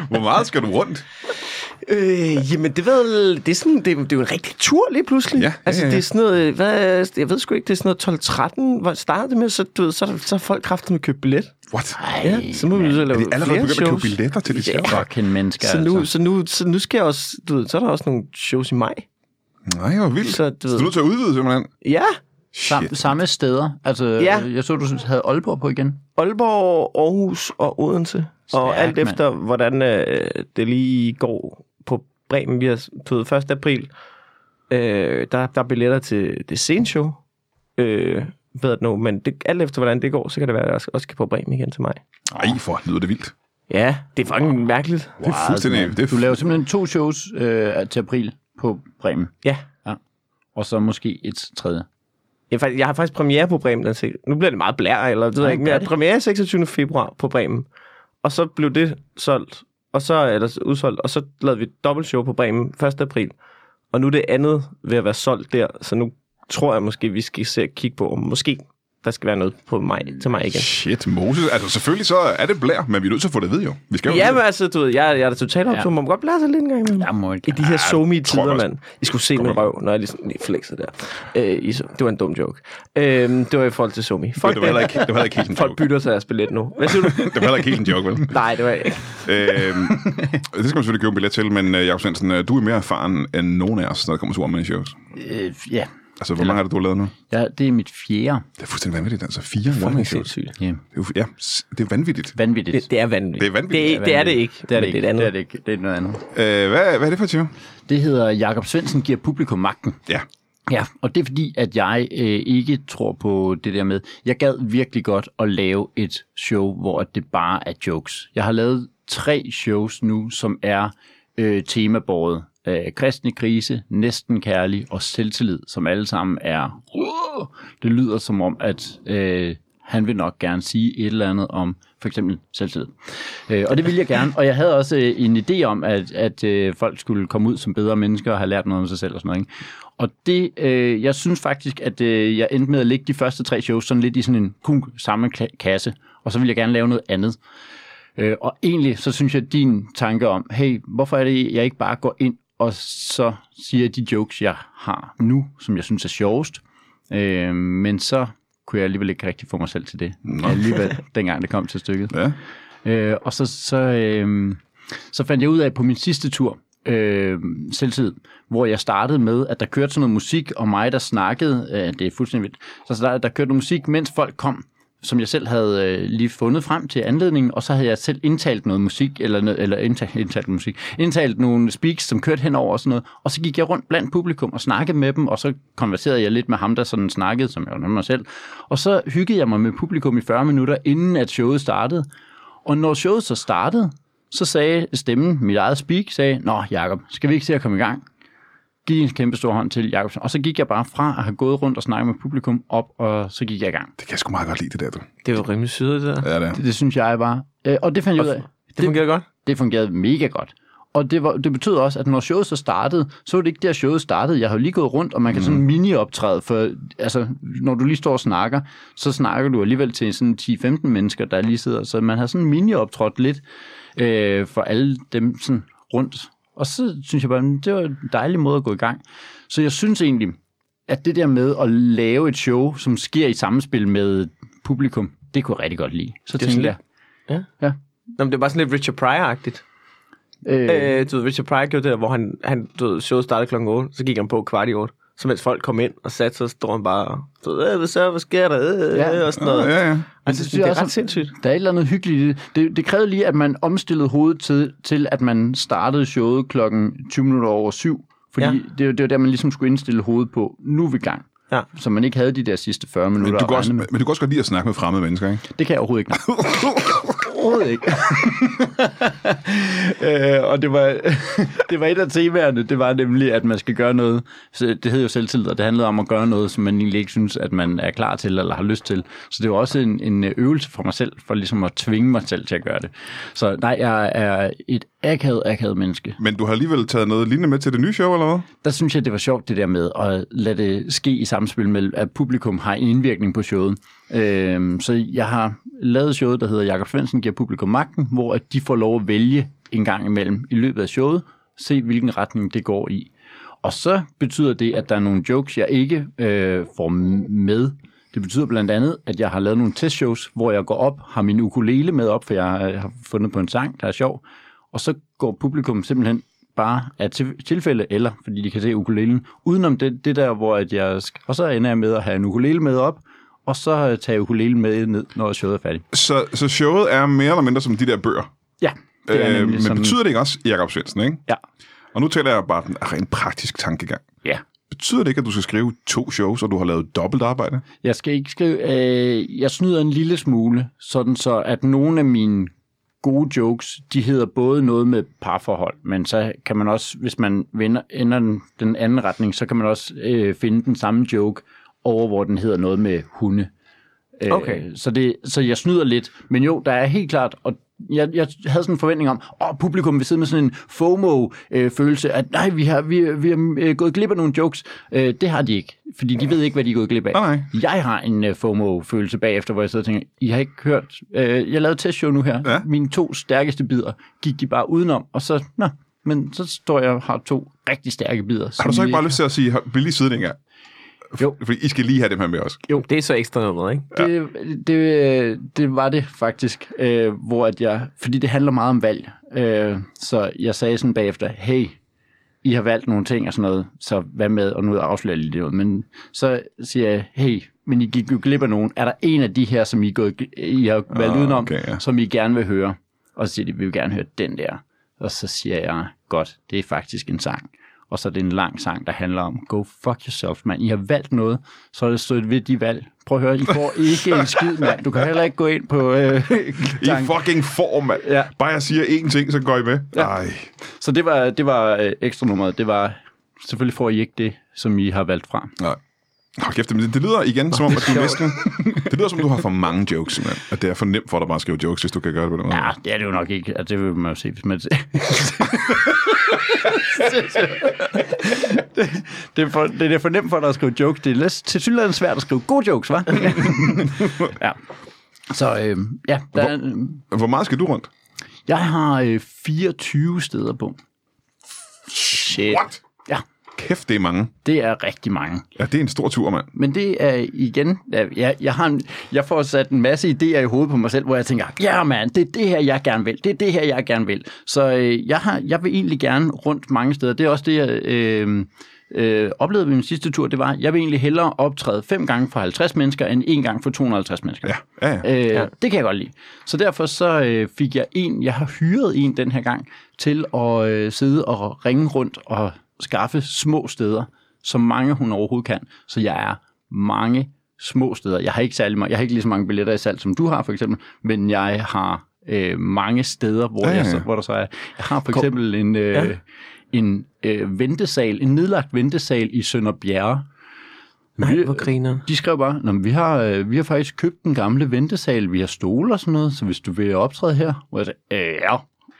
S1: Hvor meget skal du rundt?
S2: Øh, jamen, det, ved, det, er sådan, det, er- det er jo en rigtig tur lige pludselig.
S1: Ja, ja,
S2: altså,
S1: ja, ja.
S2: det er sådan noget, hvad, jeg ved sgu ikke, det er sådan noget 12-13, hvor startede det med, så, du ved, så, er der- så har folk kraften med at købe billet.
S1: What?
S2: Ja, så må vi så
S1: Er
S2: lave
S1: de allerede
S2: flere
S1: begyndt at købe
S2: shows.
S1: billetter til de
S2: Ja.
S1: shows?
S3: Fucking mennesker,
S2: Så nu,
S3: altså.
S2: så, nu, så nu skal jeg også, du ved, så er der også nogle shows i maj.
S1: Nej, hvor vildt.
S2: Så,
S1: Så,
S2: du
S1: du
S2: ved-
S1: er nødt til at udvide simpelthen.
S2: Ja,
S3: Sam, samme steder. Altså,
S2: Ja.
S3: ja. jeg så, du havde Aalborg på igen.
S2: Aalborg, Aarhus og Odense. Stærk, og
S3: Stærkt,
S2: alt efter, mand. hvordan øh, det lige går på Bremen. Vi har taget 1. april. Øh, der, der er billetter til det sene show. Øh, ved at nå, men det, alt efter, hvordan det går, så kan det være, at jeg også- også skal på Bremen igen til mig.
S1: Ej, for lyder det vildt.
S2: Ja, det er fucking mærkeligt.
S1: Det er fuldstændig... Det er
S3: Du
S1: fu-
S3: laver simpelthen to shows øh, til april på Bremen,
S2: Ja.
S3: og så måske et tredje.
S2: Jeg, har faktisk- jeg har faktisk premiere på Bremen. den sek- Nu bliver det meget blær, eller det ved jeg ikke
S3: gør
S2: mere.
S3: det.
S2: Premiere 26. februar på Bremen. Og så blev det solgt, og så eller udsolgt, og så lavede vi et dobbeltshow på Bremen 1. april. Og nu er det andet ved at være solgt der, så nu tror jeg måske, vi skal se at kigge på, om måske der skal være noget på mig, til mig igen.
S1: Shit, Moses. Altså, selvfølgelig så er det blær, men vi er nødt til at få det at vide, jo. Vi skal jo
S2: Ja,
S1: vide
S2: men altså, du ved, jeg, jeg er da totalt optog. Ja. Man må godt blære sig lidt en gang imellem.
S3: Jeg må
S2: I
S3: ikke.
S2: de her somi
S1: tror jeg
S2: tider,
S1: også.
S2: mand. I skulle se min røv, når jeg ligesom lige flexede der. Øh, I, så- det var en dum joke. Øh, det var i forhold til somi.
S1: det. Men
S2: Folk,
S1: det var heller ikke, det var heller ikke helt en
S2: folk
S1: joke.
S2: bytter sig deres billet nu. Hvad siger du?
S1: Det var heller ikke helt en joke, vel?
S2: Nej, det var jeg ikke.
S1: øhm, det skal man selvfølgelig købe en billet til, men øh, Jacob Svendsen, øh, du er mere erfaren end nogen af os, når det kommer til one shows.
S3: Øh, ja.
S1: Altså, hvor mange er det, du har lavet nu?
S3: ja, det er mit fjerde.
S1: Det er fuldstændig vanvittigt, altså. Fire one
S2: Fucking
S1: shows.
S2: sindssygt.
S3: Yeah.
S1: Det er jo- Ja, s- det er vanvittigt.
S3: Vanvittigt.
S2: Det, det er vanvittigt.
S1: Det er vanvittigt.
S2: Det, det er det ikke.
S3: Det er det
S2: Men
S3: ikke.
S2: Det er et
S3: Det er
S2: andet.
S3: det ikke. Det er noget andet.
S1: Øh, hvad, hvad er det for et show?
S3: Det hedder Jakob Svendsen giver publikum magten.
S1: Ja.
S3: Ja, og det er fordi, at jeg øh, ikke tror på det der med, jeg gad virkelig godt at lave et show, hvor det bare er jokes. Jeg har lavet tre shows nu, som er øh, temabåret. Øh, kristne krise, næsten kærlig og selvtillid, som alle sammen er... Det lyder som om, at øh, han vil nok gerne sige et eller andet om for eksempel selvtillid. Øh, og det ville jeg gerne, og jeg havde også øh, en idé om, at, at øh, folk skulle komme ud som bedre mennesker og have lært noget om sig selv og sådan noget. Ikke? Og det, øh, jeg synes faktisk, at øh, jeg endte med at lægge de første tre shows sådan lidt i sådan en kun samme kla- kasse, og så ville jeg gerne lave noget andet. Øh, og egentlig, så synes jeg, at din tanke om, hey, hvorfor er det, jeg ikke bare går ind og så siger de jokes, jeg har nu, som jeg synes er sjovest, øh, men så kunne jeg alligevel ikke rigtig få mig selv til det. Nå. Alligevel, dengang det kom til stykket.
S1: Ja.
S3: Øh, og så, så, øh, så fandt jeg ud af på min sidste tur, øh, selvtid, hvor jeg startede med, at der kørte sådan noget musik, og mig, der snakkede, øh, det er fuldstændig vildt, så startede, der kørte noget musik, mens folk kom som jeg selv havde øh, lige fundet frem til anledningen, og så havde jeg selv indtalt noget musik, eller, noget- eller indtalt, indtalt musik, indtalt nogle speaks, som kørte henover og sådan noget, og så gik jeg rundt blandt publikum og snakkede med dem, og så konverserede jeg lidt med ham, der sådan snakkede, som jeg var mig selv, og så hyggede jeg mig med publikum i 40 minutter, inden at showet startede, og når showet så startede, så sagde stemmen, mit eget speak, sagde, Nå Jacob, skal vi ikke se at komme i gang? Giv en kæmpe stor hånd til Jacobsen. Og så gik jeg bare fra at have gået rundt og snakket med publikum op, og så gik jeg i gang.
S1: Det kan jeg sgu meget godt lide, det der, du.
S2: Det er jo rimelig syret, det der.
S1: Ja, det er.
S3: Det, det synes jeg bare. Øh, og det fandt jeg ud af.
S2: Det fungerer godt.
S3: Det fungerede mega godt. Og det, var, det betød også, at når showet så startede, så var det ikke der, showet startede. Jeg har jo lige gået rundt, og man kan
S2: Mm.
S3: sådan mini-optræde, for altså, når du lige står og snakker, så snakker du alligevel til sådan 10-15 mennesker, der lige sidder. Så man har sådan mini-optrådt lidt øh, for alle dem sådan rundt. Og så synes jeg bare, "Men det var en dejlig måde at gå i gang. Så jeg synes egentlig, at det der med at lave et show, som sker i samspil med publikum, det kunne jeg rigtig godt lide. Så
S2: Det er
S3: tænkte jeg,
S2: sådan lidt-
S3: ja.
S2: Nå, men det er bare sådan lidt Richard Pryor-agtigt.
S3: Øh,
S2: Øh, du ved, Richard Pryor gjorde det der, hvor han, han du ved, showet startede klokken 8, så gik han på kvart i 8. Så mens folk kom ind og satte sig, så stod han bare og stod, øh, hvad så, hvad sker der, øh,
S3: Ja.
S2: ja. og sådan noget.
S1: Ja, ja.
S2: Altså,
S3: synes
S2: det, det
S3: jeg
S2: er
S3: også-
S2: ret sindssygt.
S3: Der er et eller andet hyggeligt i det. det. Det krævede lige, at man omstillede hovedet til, til at man startede showet klokken 20 minutter over syv. Fordi
S2: Ja.
S3: ja. det, var- det var der, man ligesom skulle indstille hovedet på. Nu er vi i gang.
S2: Ja.
S3: Så man ikke havde de der sidste 40 minutter.
S1: Men du,
S3: at
S1: kan også,
S3: regne med.
S1: men du kan også godt lide at snakke med fremmede mennesker, ikke?
S3: Det kan jeg overhovedet ikke.
S2: Overhovedet ikke.
S3: øh, og det var, det var et af temaerne, det var nemlig, at man skal gøre noget. Så det hed jo selvtillid, og det handlede om at gøre noget, som man egentlig ikke synes, at man er klar til eller har lyst til. Så det var også en, en øvelse for mig selv, for ligesom at tvinge mig selv til at gøre det. Så nej, jeg er et akavet, akavet menneske.
S1: Men du har alligevel taget noget lignende med til det nye show, eller hvad?
S3: Der synes jeg, det var sjovt det der med at lade det ske i samspil med, at publikum har en indvirkning på showet. Øhm, så jeg har lavet showet, der hedder Jakob Svendsen giver publikum magten, hvor at de får lov at vælge en gang imellem i løbet af showet, se hvilken retning det går i. Og så betyder det, at der er nogle jokes, jeg ikke øh, får med. Det betyder blandt andet, at jeg har lavet nogle testshows, hvor jeg går op, har min ukulele med op, for jeg øh, har fundet på en sang, der er sjov. Og så går publikum simpelthen bare af til- tilfælde, eller fordi de kan se ukulelen, udenom det, det der, hvor at jeg... Sk- og så ender jeg med at have en ukulele med op, og så øh, tage ukulelen med ned, når showet er færdigt.
S1: Så, så showet er mere eller mindre som de der bøger.
S3: Ja, det er
S1: Øh, men
S3: nemlig sådan...
S1: betyder det ikke også Jakob Svendsen, ikke?
S3: Ja,
S1: Og nu taler jeg bare den rent praktisk tankegang.
S3: ja.
S1: Betyder det ikke, at du skal skrive to shows, og du har lavet dobbelt arbejde?
S3: Jeg skal ikke skrive... Øh, jeg snyder en lille smule, sådan så, at nogle af mine gode jokes, de hedder både noget med parforhold, men så kan man også, hvis man vender, ender den, den anden retning, så kan man også øh, finde den samme joke over, hvor den hedder noget med hunde. Øh,
S2: Okay.
S3: Så, det, så jeg snyder lidt. Men jo, der er helt klart, og jeg, jeg havde sådan en forventning om, at publikum vil sidde med sådan en FOMO-følelse, at nej, vi har, vi, vi har øh, gået glip af nogle jokes. Øh, det har de ikke, fordi de ved ikke, hvad de er gået glip af.
S1: Nej, nej.
S3: Jeg har en øh, FOMO-følelse bagefter, hvor jeg sidder og tænker, I har ikke hørt, øh, jeg lavede et testshow nu her,
S1: Ja.
S3: mine to stærkeste bidder gik de bare udenom, og så, nå, men så står jeg og har to rigtig stærke bidder. øh,
S1: Har du så ikke bare lyst til at sige, vil I sidde dengang?
S3: Jo.
S1: Fordi I skal lige have dem her med os.
S2: Jo, det er så ekstra noget, ikke?
S3: det, det, øh, det var det faktisk, øh, hvor at jeg, fordi det handler meget om valg, øh, så jeg sagde sådan bagefter, hey, I har valgt nogle ting og sådan noget, så hvad med, og nu afslører jeg lige det ud, men så siger jeg, hey, men I gik jo glip af nogen, er der en af de her, som I, er gået, gl- I har valgt
S1: Ah,
S3: udenom,
S1: okay, ja.
S3: som I gerne vil høre? Og så siger de, vi vil gerne høre den der. Og så siger jeg, godt, det er faktisk en sang. Og så er det en lang sang, der handler om, go fuck yourself, mand. I har valgt noget, så er det stået ved de valg. Prøv at høre, I får ikke en skid, mand. Du kan heller ikke gå ind på... Øh,
S1: I
S3: tanken.
S1: fucking får, mand.
S3: Ja.
S1: Bare jeg siger én ting, så går I med. Ja. Ej.
S3: så det var, det var øh, ekstra nummeret. Det var, selvfølgelig får I ikke det, som I har valgt fra.
S1: Nej. Hold kæft, men det, det lyder igen som om, at du næsten... Det lyder som, du har for mange jokes, mand. Og det er for nemt for dig bare at skrive jokes, hvis du kan gøre det på den måde.
S3: Ja, det er det jo nok ikke. Altså, det vil man jo se, hvis man... det, det, er for, det er for nemt for dig at skrive jokes. Det er lidt- til synligheden svært at skrive gode jokes, hva'? ja. Så øh, ja, der, er-
S1: Hvor meget skal du rundt?
S3: jeg har øh, 24 steder på. Shit.
S1: What?
S3: Ja,
S1: Kæft, det er mange.
S3: det er rigtig mange.
S1: Ja, det er en stor tur, mand.
S3: Men det er igen, ja, jeg, jeg, har en, jeg får sat en masse idéer i hovedet på mig selv, hvor jeg tænker, ja yeah, mand, det er det her, jeg gerne vil, det er det her, jeg gerne vil. Så øh, jeg, har, jeg vil egentlig gerne rundt mange steder. Det er også det, jeg, øh, øh, oplevede ved min sidste tur, det var, jeg vil egentlig hellere optræde fem gange for 50 mennesker, end en gang for 250 mennesker.
S1: Ja, ja, ja.
S3: Øh,
S2: Ja.
S3: ja. Det kan jeg godt lide. Så derfor så øh, fik jeg en, jeg har hyret en den her gang, til at øh, sidde og ringe rundt og skaffe små steder, så mange hun overhovedet kan. Så jeg er mange små steder. Jeg har ikke særlig mange, jeg har ikke lige så mange billetter i salg, som du har for eksempel, men jeg har øh, mange steder, hvor,
S1: Ja,
S3: ja,
S1: ja,
S3: ja. Jeg,
S1: ja.
S3: så- hvor der så er. Jeg har for eksempel en, øh, ja. en øh, ventesal, en nedlagt ventesal i Sønderbjerre,
S2: Nej, hvor griner.
S3: de skrev bare, Nå, men vi, har, øh, vi har faktisk købt den gamle ventesal, vi har stole og sådan noget, så hvis du vil optræde her, hvor jeg sagde, øh, ja,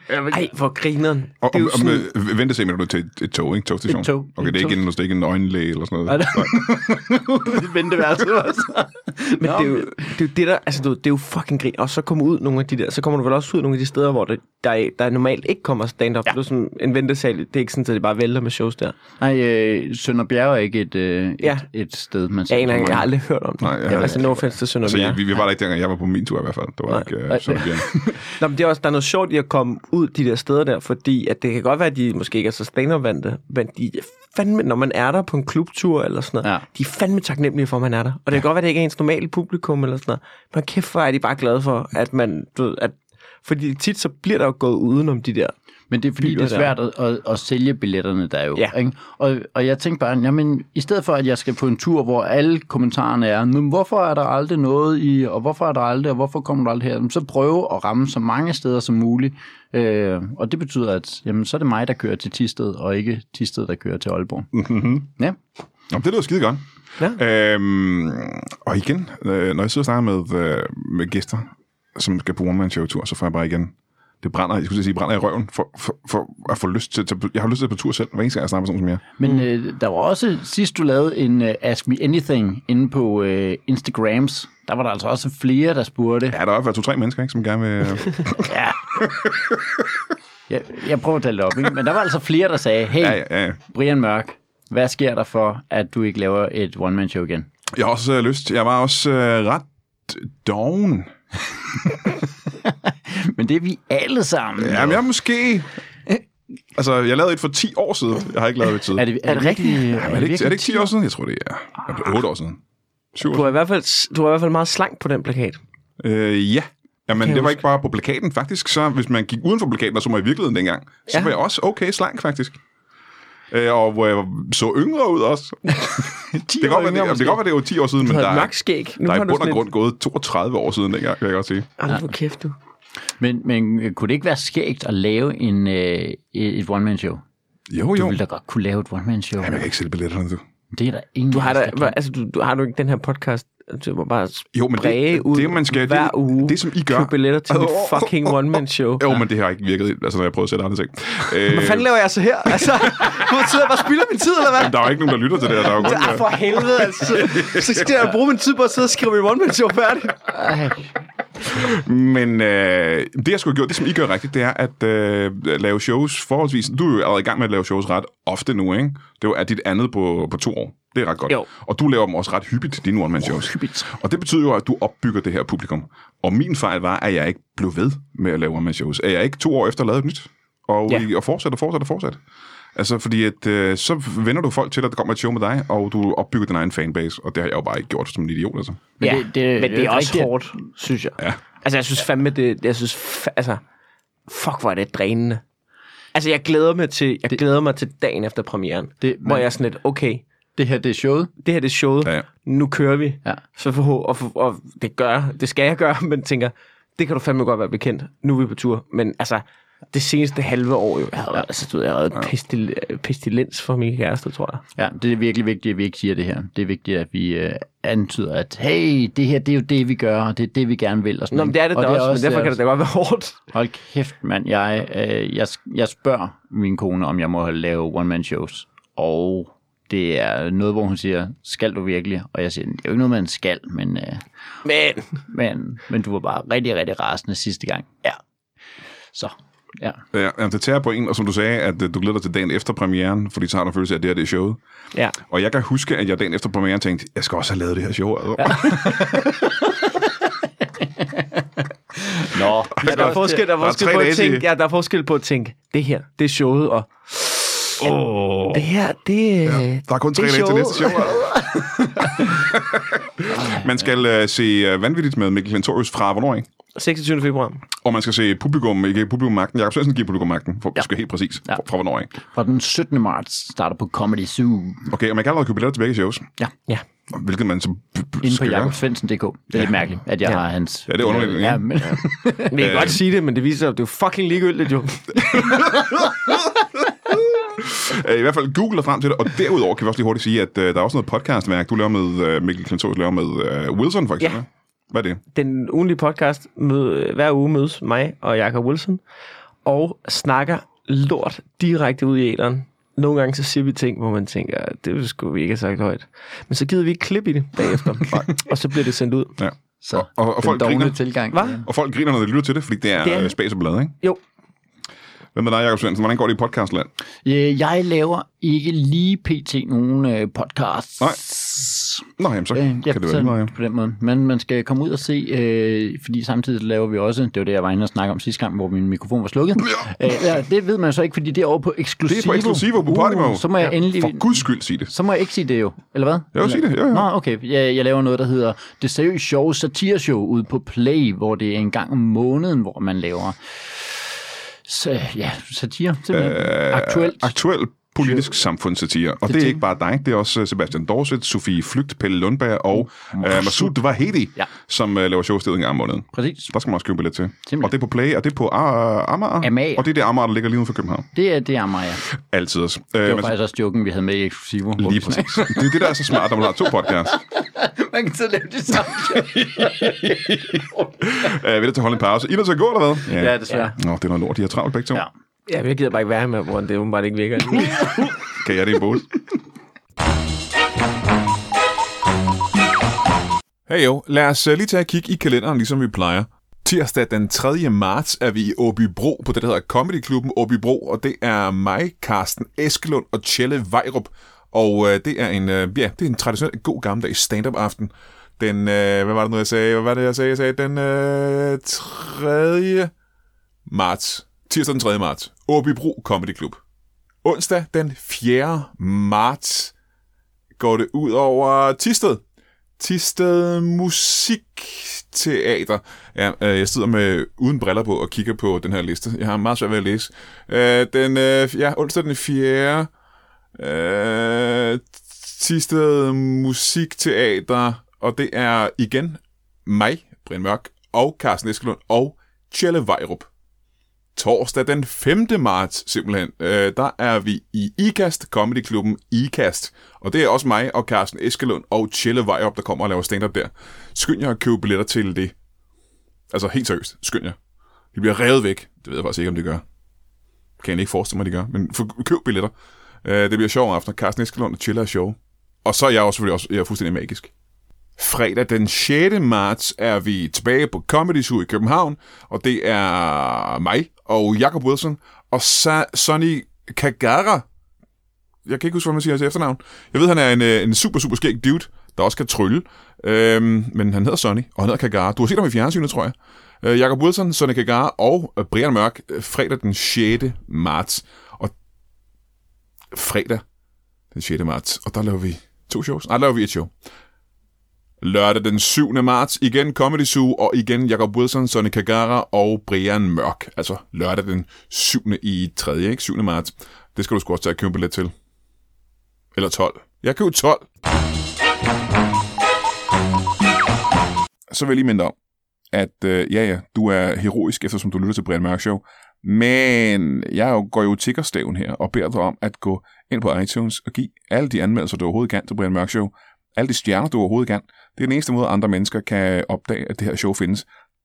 S2: Ej, hvor grineren.
S1: Og,
S2: det er jo
S1: og,
S2: sådan,
S1: og vente se, mener du til et, et tog, ikke? Togstation?
S3: Et tog.
S1: Okay,
S3: Et
S1: det er ikke
S3: tog.
S1: en, det er ikke en øjenlæge eller sådan
S3: Nej,
S1: noget.
S3: det- det venteværelse var så.
S2: men det er, jo, det er jo det der, altså du, ved, det er jo fucking grin. Og så kommer ud nogle af de der, så kommer du vel også ud nogle af de steder, hvor det, der, er- der normalt ikke kommer stand-up. Ja. Det er jo sådan en ventesal, det er ikke sådan, at det bare vælter med shows der.
S3: Nej, øh, Sønderbjerg er ikke et, øh, et,
S2: Ja.
S3: ja. et sted, man
S2: Jeg, aner, ikke,
S3: så
S2: jeg har
S3: mange.
S2: aldrig hørt om det.
S1: Nej, jeg har
S2: altså,
S1: ikke.
S2: no offense til Sønder
S1: Så ja,
S2: altså,
S1: vi, vi var der ikke dengang, jeg var på min tur i hvert fald. Det var
S2: Nej.
S1: ikke øh, sådan igen.
S2: Nå, men det er også, der er noget sjovt i at komme ud de der steder der, fordi at det kan godt være, at de måske ikke er så stand vante men de er fandme, når man er der på en klubtur eller sådan noget, ja.
S3: Ja.
S2: de er fandme taknemmelige for, at man er der. Og det kan godt være, at det ikke er ens normale publikum eller sådan noget, men kæft, hvor er de bare glade for, at man, du ved, at, fordi tit så bliver der jo gået udenom de der.
S3: Men det er fordi,
S2: byer
S3: det er
S2: der.
S3: svært at, at, at sælge billetterne der jo.
S2: Ja.
S3: Ikke? Og, og jeg tænkte bare, jamen, i stedet for, at jeg skal på en tur, hvor alle kommentarerne er, "Nå, men hvorfor er der aldrig noget i, og hvorfor er der aldrig, og hvorfor kommer der aldrig her, Jamen, så prøve at ramme så mange steder som muligt. Øh, og det betyder, at jamen, så er det mig, der kører til Tisted, og ikke Tisted, der kører til Aalborg. Mm-hmm. Ja.
S1: Nå, men det lyder skide godt. Ja. Øhm, og igen, øh, når jeg sidder og snakker med, øh, med gæster, som skal på one show tur så får jeg bare igen, det brænder, jeg skulle til at sige, brænder i røven, for, for, for at få lyst til, at tage på- jeg har lyst til at tage på tur selv, hver eneste gang jeg snakker med sådan som jeg.
S3: Men øh, der var også, sidst du lavede en øh, Ask Me Anything inde på øh, Instagrams, der var der altså også flere, der spurgte,
S1: Ja, der er i hvert fald to-tre mennesker, ikke, som gerne vil...
S3: Ja. Jeg, jeg prøver at tale det op, ikke? men der var altså flere, der sagde, hey,
S1: ja, ja, ja.
S3: Brian Mørk, hvad sker der for, at du ikke laver et one-man-show igen?
S1: Jeg har også øh, lyst. Jeg var også øh, ret doven.
S3: Men det er vi alle sammen.
S1: Ja, men jeg er måske... Altså, jeg lavede et for 10 år siden. Jeg har ikke lavet et siden.
S3: Er det, er det rigtigt?
S1: er, det ikke, er det ikke 10 år siden? Jeg tror, det er, er det 8 år siden. 7 år
S2: Du er i hvert fald, du er i hvert fald meget slank på den plakat.
S1: Øh, ja. Jamen, det
S2: jeg
S1: var
S2: huske.
S1: ikke bare på plakaten, faktisk. Så hvis man gik uden for plakaten og så mig i virkeligheden dengang, så
S2: Ja.
S1: var jeg også okay slank, faktisk. Øh, og hvor jeg så yngre ud også. det, kan godt være, det, det kan godt være, det var 10 år siden, men
S2: Du
S1: der
S2: har et
S1: er,
S2: mørkt skæg. Nu
S1: der er
S2: har
S1: i
S2: du
S1: bund og
S2: sådan
S1: grund gået 32 år siden dengang, kan jeg godt sige.
S2: Et, Ej, hvor kæft du.
S3: Men, men øh, kunne det ikke være skægt at lave en, øh, et one-man-show?
S1: Jo,
S3: Du
S1: jo.
S3: ville da godt kunne lave et one-man-show.
S1: Jamen, jeg kan ikke sælge billetterne, du.
S3: Det er der ingen
S2: Du har,
S3: af os,
S2: da,
S3: der
S2: hvor-
S3: kan.
S2: altså, du, du, har du ikke den her podcast, du må bare
S1: Jo, men
S2: spræge
S1: det,
S2: ud
S1: det, man skal,
S2: hver
S1: det,
S2: uge,
S1: det, som I gør...
S2: købe billetter til mit fucking one-man-show.
S1: Jo, men det har ikke virket, altså, når jeg prøvede at sætte andre ting. Øh,
S2: Hvad fanden laver jeg så her? Altså, nu sidder jeg bare og spilder min tid, eller hvad?
S1: Øh, der er jo ikke nogen, der lytter til det her. Der er jo kun, øh,
S2: Ah, for helvede, altså. Så skal jeg bruge min tid på at sidde og skrive min one-man-show færdig.
S1: Men øh, det, jeg skulle have gjort, det som I gør rigtigt, det er at øh, lave shows forholdsvis... Du er jo allerede i gang med at lave shows ret ofte nu, ikke? Det er jo dit andet på, på to år. Det er ret godt.
S2: Jo.
S1: Og du laver dem også ret hyppigt, dine one-man-shows.
S3: hyppigt.
S1: Og det betyder jo, at du opbygger det her publikum. Og min fejl var, at jeg ikke blev ved med at lave one-man-shows. At jeg ikke to år efter lavede et nyt. Og,
S2: Ja.
S1: ja. og fortsætter, fortsætter, fortsætter. Altså, fordi at, øh, så vender du folk til, at der kommer et show med dig, og du opbygger din egen fanbase, og det har jeg jo bare ikke gjort som en idiot, altså.
S3: Men det- det-
S2: men det er
S3: det er
S2: også
S3: rigtigt.
S2: hårdt, synes jeg.
S1: Ja.
S2: Altså, jeg synes fandme, det, jeg synes, fa- altså, fuck, hvor er det drænende. Altså, jeg glæder mig til, jeg glæder mig til dagen efter premieren, det,
S3: Det-
S2: hvor
S3: men-
S2: jeg er sådan lidt, okay,
S3: Det her, det er showet.
S2: det her det er showet,
S1: Ja, ja.
S2: nu kører vi.
S3: Ja.
S2: Så forhå- og, for, og det gør jeg. det skal jeg gøre, men tænker, det kan du fandme godt være bekendt. Nu er vi på tur. Men altså, det seneste halve år, jo, jeg havde, altså, du ved, jeg havde øh, pestil, pestilens for min kæreste, tror jeg.
S3: Ja, det er virkelig vigtigt, at vi ikke siger det her. Det er vigtigt, at vi øh, antyder, at hey, det her, det er jo det, vi gør, og det er det, vi gerne vil. Og sådan,
S2: Nå, men det er det
S3: og
S2: da også, også,
S3: øh,
S2: men derfor kan det da godt være hårdt.
S3: Hold kæft, mand. Jeg, øh, jeg, jeg spørger min kone, om jeg må lave one-man-shows. Og det er noget, hvor hun siger, skal du virkelig? Og jeg siger, det er jo ikke noget, man skal, men, øh,
S2: Men
S3: men, men du var bare rigtig, rigtig rasende sidste gang. Ja. Så, ja.
S1: Ja, jamen, det tager Øh, på en, og som du sagde, at øh, du glæder dig til dagen efter premieren, fordi så har du en følelse af, at det her det er showet.
S2: ja,
S1: Og jeg kan huske, at jeg dagen efter premieren tænkte, jeg skal også have lavet det her show. Altså. Ja.
S3: Nå,
S2: ja der, er forskel, der, er
S1: Der er
S2: forskel
S1: tre
S2: på
S1: dage
S2: at
S1: til-
S2: tænke, ja, der er forskel på at tænke, det her, det er showet, og
S4: Åh,
S2: Det her, det, ja,
S4: der er kun tre dage til næste show. altså. man skal øh, se uh, Vanvittigt med Mikkel Klintorius fra hvornår, ikke?
S2: 26. februar.
S4: Og man skal se Publikum, ikke Publikum Magten. Jakob Svendsen giver Publikum Magten, for, ja. skal helt præcis, ja.
S3: Ja.
S4: fra, fra hvornår, ikke?
S3: Fra den 17. marts starter på Comedy Zoo.
S4: Okay, og man kan allerede købe billetter til begge shows,
S2: Ja.
S4: hvilket man så b- b-
S3: Inde på
S4: skal gøre.
S3: jakobsvendsen.dk. Det er lidt mærkeligt, at jeg
S2: Ja.
S3: har hans...
S4: Ja, det er underligt, ikke?
S3: Ja, men,
S2: Men jeg kan godt sige det, men det viser sig, at det er jo fucking ligegyldigt jo.
S4: Øh, I hvert fald Google er frem til det, og derudover kan vi også lige hurtigt sige, at øh, der er også noget podcastværk, du laver med, øh, Mikkel Klintorius laver med øh, Wilson, for eksempel.
S2: Ja.
S4: Hvad er det?
S2: Den ugenlige podcast, møde, hver uge mødes mig og Jacob Wilson, og snakker lort direkte ud i æderen. Nogle gange så siger vi ting, hvor man tænker, det skulle vi ikke have sagt højt. Men så gider vi ikke klip i det bagefter, og så bliver det sendt ud.
S4: Ja.
S3: så,
S4: og- og
S3: den
S4: folk
S3: dovne
S4: griner.
S3: tilgang.
S2: Hvad?
S4: Og folk griner, når de lytter til det, fordi det er,
S2: Det er-
S4: øh, spas og blad, ikke?
S2: Jo,
S4: Hvad med dig, Jacob Svendsen? Hvordan går det i podcastland?
S3: Øh, Jeg laver ikke lige pt. nogen øh, podcasts.
S4: Nej. Nå, jamen, så
S3: Øh,
S4: kan
S3: ja,
S4: det være
S3: sådan,
S4: lige meget, ja.
S3: på den måde. Men man skal komme ud og se, øh, fordi samtidig laver vi også, det var det, jeg var inde og snakke om sidste gang, hvor min mikrofon var slukket. Ja. Øh, ja, det ved man så ikke, fordi det er over på Exclusivo.
S4: Det er på Exclusivo på Podimo.
S3: Uh, så må jeg ja. endelig...
S4: For guds skyld, sig det.
S3: Så må jeg ikke sige det jo, eller hvad?
S4: Jo, sig det, jo, jo.
S3: Nå, okay. Jeg, jeg laver noget, der hedder Det Seriøse Show Satirshow ude på Play, hvor det er en gang om måneden, hvor man laver så, ja, satire, simpelthen. Øh, Aktuelt.
S4: Aktuel politisk samfundssatire. Og det er ikke bare dig, det er også øh, Sebastian Dorset, Sofie Flygt, Pelle Lundberg og øh, Masud Vahedi,
S3: Ja.
S4: som øh, laver showstedet en gang om måneden.
S3: Præcis.
S4: Der skal man også købe billet til.
S3: Simpelthen.
S4: Og det er på Play, og det er på Ar- Amager.
S3: Amager.
S4: Og det er det Amager, der ligger lige uden for København.
S3: Det er, det er mig, ja.
S4: Altid. også. Øh,
S3: Det var
S4: men-
S3: faktisk også joken, vi havde med i Exclusivo. hvor vi
S4: Lige præcis. Det er det, der er så smart, når man har to podcasts.
S3: snakker- Man kan så lave det samme.
S4: Øh, vil du til at holde en pause? I er nødt til at gå, eller hvad?
S2: ja, desværre.
S4: Nå, det er noget lort. De har travlt begge to.
S3: Ja.
S2: Ja, men jeg gider bare ikke være med, hvor det åbenbart ikke virker.
S4: Kan jeg det i en bolig?
S1: Hey jo, lad os øh, lige tage et kig i kalenderen, ligesom vi plejer. Tirsdag den 3. marts er vi i Åbybro på det, der hedder Comedy Klubben Åbybro, og det er mig, Carsten Eskelund og Tjelle Vejrup. Og øh, det er en, øh, ja, det er en traditionel god gammeldags stand-up aften. Den, øh, hvad var det nu, jeg sagde? Hvad var det, jeg sagde? Jeg sagde den øh, 3. marts. Tirsdag den 3. marts. Åbybro Comedy Klub. Onsdag den 4. marts går det ud over Tisted. Tisted Musikteater. Ja, øh, jeg sidder med uden briller på og kigger på den her liste. Jeg har meget svært ved at læse. Øh, den, øh, ja, onsdag den 4. Øh, Tisted Musikteater, og det er igen mig, Brian Mørk, og Carsten Eskelund og Tjelle Vejrup. Torsdag den 5. marts, simpelthen, øh, der er vi i IKAST, Comedy Klubben IKAST. Og det er også mig og Carsten Eskelund og Tjelle Vejrup, der kommer og laver stand-up der. Skynd jer at købe billetter til det. Altså helt seriøst, skynd jer. De bliver revet væk. Det ved jeg faktisk ikke, om de gør. Kan jeg ikke forestille mig, de gør. Men for, køb billetter. Øh, det bliver sjov aften. Carsten Eskelund og Tjelle er sjov. Og så er jeg også selvfølgelig også jeg er fuldstændig magisk. Fredag den 6. marts er vi tilbage på Comedy Zoo i København, og det er mig og Jakob Wilson og Sa- Sonny Kagara. Jeg kan ikke huske, hvad man siger hans efternavn. Jeg ved, han er en, øh, en super, super skæg dude, der også kan trylle. Øhm, men han hedder Sonny, og han hedder Kagara. Du har set ham i fjernsynet, tror jeg. Øh, Jakob Wilson, Sonny Kagara og øh, Brian Mørk øh, fredag den 6. marts. Og fredag den 6. marts. Og der laver vi to shows. Nej, der laver vi et show. Lørdag den 7. marts, igen Comedy Zoo, og igen Jacob Wilson, Sonny Kagara og Brian Mørk. Altså lørdag den 7. i 3. Ikke? 7. marts. Det skal du sgu også tage og købe lidt til. Eller 12. Jeg købte 12. Så vil jeg lige minde om, at øh, ja, ja, du er heroisk, eftersom du lytter til Brian Mørk Show. Men jeg er jo- går jo tiggerstaven her og beder dig om at gå ind på iTunes og give alle de anmeldelser, du overhovedet kan til Brian Mørk Show. Alle de stjerner, du overhovedet kan. Det er den eneste måde, andre mennesker kan opdage, at det her show findes.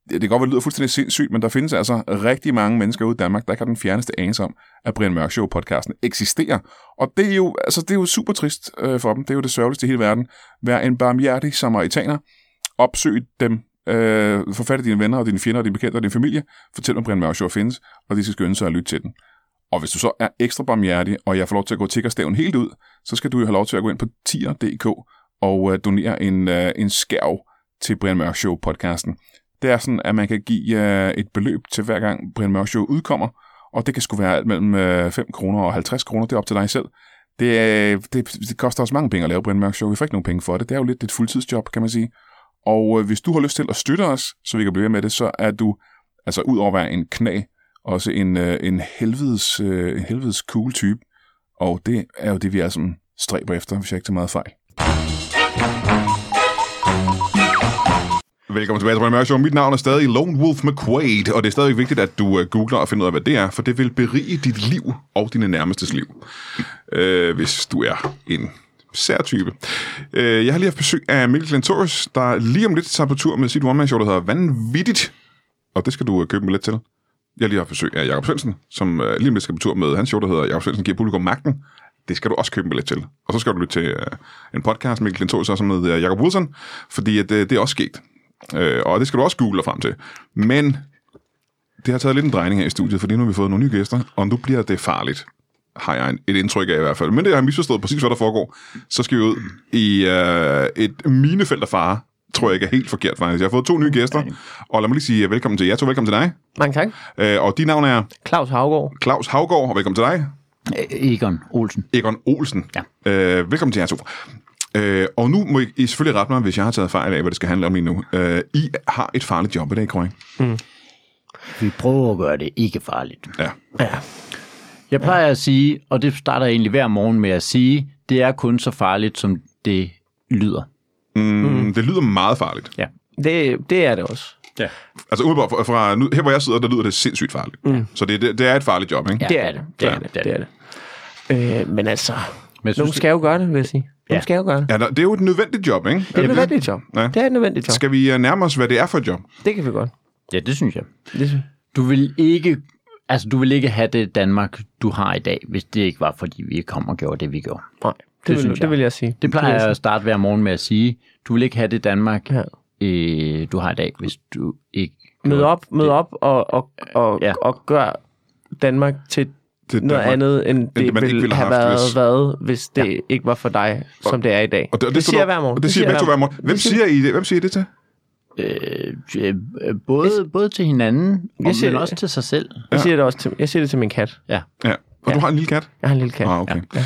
S1: Det det kan godt være, det lyder fuldstændig sindssygt, men der findes altså rigtig mange mennesker ude i Danmark, der ikke har den fjerneste anelse om, at Brian Mørk Show-podcasten eksisterer. Og det er jo, altså, det er jo super trist øh, for dem. Det er jo det sørgeligste i hele verden. Vær en barmhjertig samaritaner. Opsøg dem. Øh, få fat i dine venner og dine fjender og dine bekendte og din familie. Fortæl dem, at Brian Mørk Show findes, og de skal skynde sig at lytte til den. Og hvis du så er ekstra barmhjertig, og jeg får lov til at gå tiggerstaven helt ud, så skal du jo have lov til at gå ind på tier.dk og øh, donere en, øh, en skærv til Brian Mørk Show podcasten. Det er sådan, at man kan give øh, et beløb til hver gang Brian Mørk Show udkommer, Og det kan sgu være alt mellem øh, 5 kroner og 50 kroner, det er op til dig selv. Det, øh, det, det koster også mange penge at lave Brian Mørk Show. Vi får ikke nogen penge for det. Det er jo lidt et fuldtidsjob, kan man sige. Og øh, hvis du har lyst til at støtte os, så vi kan blive ved med det, så er du, altså ud over at være en knæ, også en, øh, en, helvedes, øh, en helvedes cool type. Og det er jo det, vi er sådan stræber efter, hvis jeg ikke tager meget fejl. Velkommen tilbage til Brian Mørk Show. Mit navn er stadig Lone Wolf McQuaid, og det er stadig vigtigt, at du øh, googler og finder ud af, hvad det er, for det vil berige dit liv og dine nærmestes liv, øh, hvis du er en særtype. Øh, jeg har lige haft besøg af Mikkel Klentorius, der lige om lidt tager på tur med sit one-man-show, der hedder Vanvittigt, og det skal du øh, købe en billet til. Jeg har lige haft besøg af Jakob Svendsen, som øh, lige om lidt skal på tur med hans show, der hedder Jakob Svendsen giver publikum magten. Det skal du også købe en billet til. Og så skal du lytte til øh, en podcast med Klentorius også med øh, Jakob Wilson, fordi at, øh, det er også sket. Øh, og det skal du også google dig frem til. Men det har taget lidt en drejning her i studiet, fordi nu har vi fået nogle nye gæster, og nu bliver det farligt, har jeg en- et indtryk af i hvert fald. Men det har jeg misforstået præcis, hvad der foregår. Så skal vi ud i øh, et minefelt af fare, tror jeg ikke er helt forkert faktisk. Jeg har fået to nye gæster, og lad mig lige sige øh, velkommen til jer to, velkommen til dig.
S2: Mange tak.
S1: Øh, og dit navn er
S2: Claus Havgård.
S1: Claus Havgård, og velkommen til dig.
S3: E- Egon Olsen.
S1: Egon Olsen. Ja. Øh, velkommen til jer to. Øh, og nu må I, I selvfølgelig rette mig, hvis jeg har taget fejl af, hvad det skal handle om lige nu. Øh, I har et farligt job i dag, korrekt?
S3: Vi prøver at gøre det ikke farligt.
S1: Ja.
S2: Ja.
S3: Jeg plejer at sige, og det starter jeg egentlig hver morgen med at sige, det er kun så farligt, som det lyder.
S1: Mm. Det lyder meget farligt.
S3: Ja.
S2: Det, det er det også.
S3: ja.
S1: Altså umiddelbart fra, fra nu, her, hvor jeg sidder, der lyder det sindssygt farligt. Mm. Så det, det, det er et farligt job, ikke?
S3: Ja.
S2: Det er det. Det er det. Det er det. Øh, men altså,
S3: Men jeg
S2: nogen
S3: synes, det,
S2: skal jo gøre det, vil jeg sige. Nogen
S3: Ja.
S2: skal jo gøre det.
S1: Ja, der- det er jo et nødvendigt job, ikke?
S2: Det er et nødvendigt job.
S1: Ja.
S2: Det er et nødvendigt job.
S1: Skal vi øh, nærme os, hvad det er for et job?
S2: Det kan vi godt.
S3: ja, det synes jeg.
S2: Det synes
S3: Du vil ikke, altså, du vil ikke have det Danmark, du har i dag, hvis det ikke var, fordi vi kom og gjorde det, vi gjorde.
S2: Nej, det, det,
S3: synes
S2: vil,
S3: jeg.
S2: det vil jeg sige.
S3: Det
S2: vil
S3: plejer jeg at starte hver morgen med at sige. Du vil ikke have det Danmark,
S2: Ja.
S3: ja. øh, du har i dag, hvis du ikke...
S2: Mød op, mød op og, og, og, ja.
S3: Ja.
S2: og gør Danmark til
S1: Det,
S2: noget
S1: Danmark.
S2: andet, end det,
S1: det, man
S2: ville,
S1: ikke ville
S2: have
S1: have haft,
S2: været,
S1: hvis-
S2: hvis... været, hvis det ja. ikke var for dig, som det er i dag.
S1: Og det, og det,
S2: siger
S1: står-
S2: jeg hver morgen.
S1: og Det siger jeg hver morgen. Hvem
S2: Det siger-
S1: siger I det? Hvem siger I det til?
S3: Øh, øh, både, både til hinanden, og,
S2: siger
S3: men
S2: det.
S3: også til sig selv.
S2: Jeg siger det også til, jeg siger det til min kat.
S3: Ja.
S1: Ja. Og ja. du har en lille kat?
S2: Jeg har en lille kat.
S1: Ah, okay. Ja.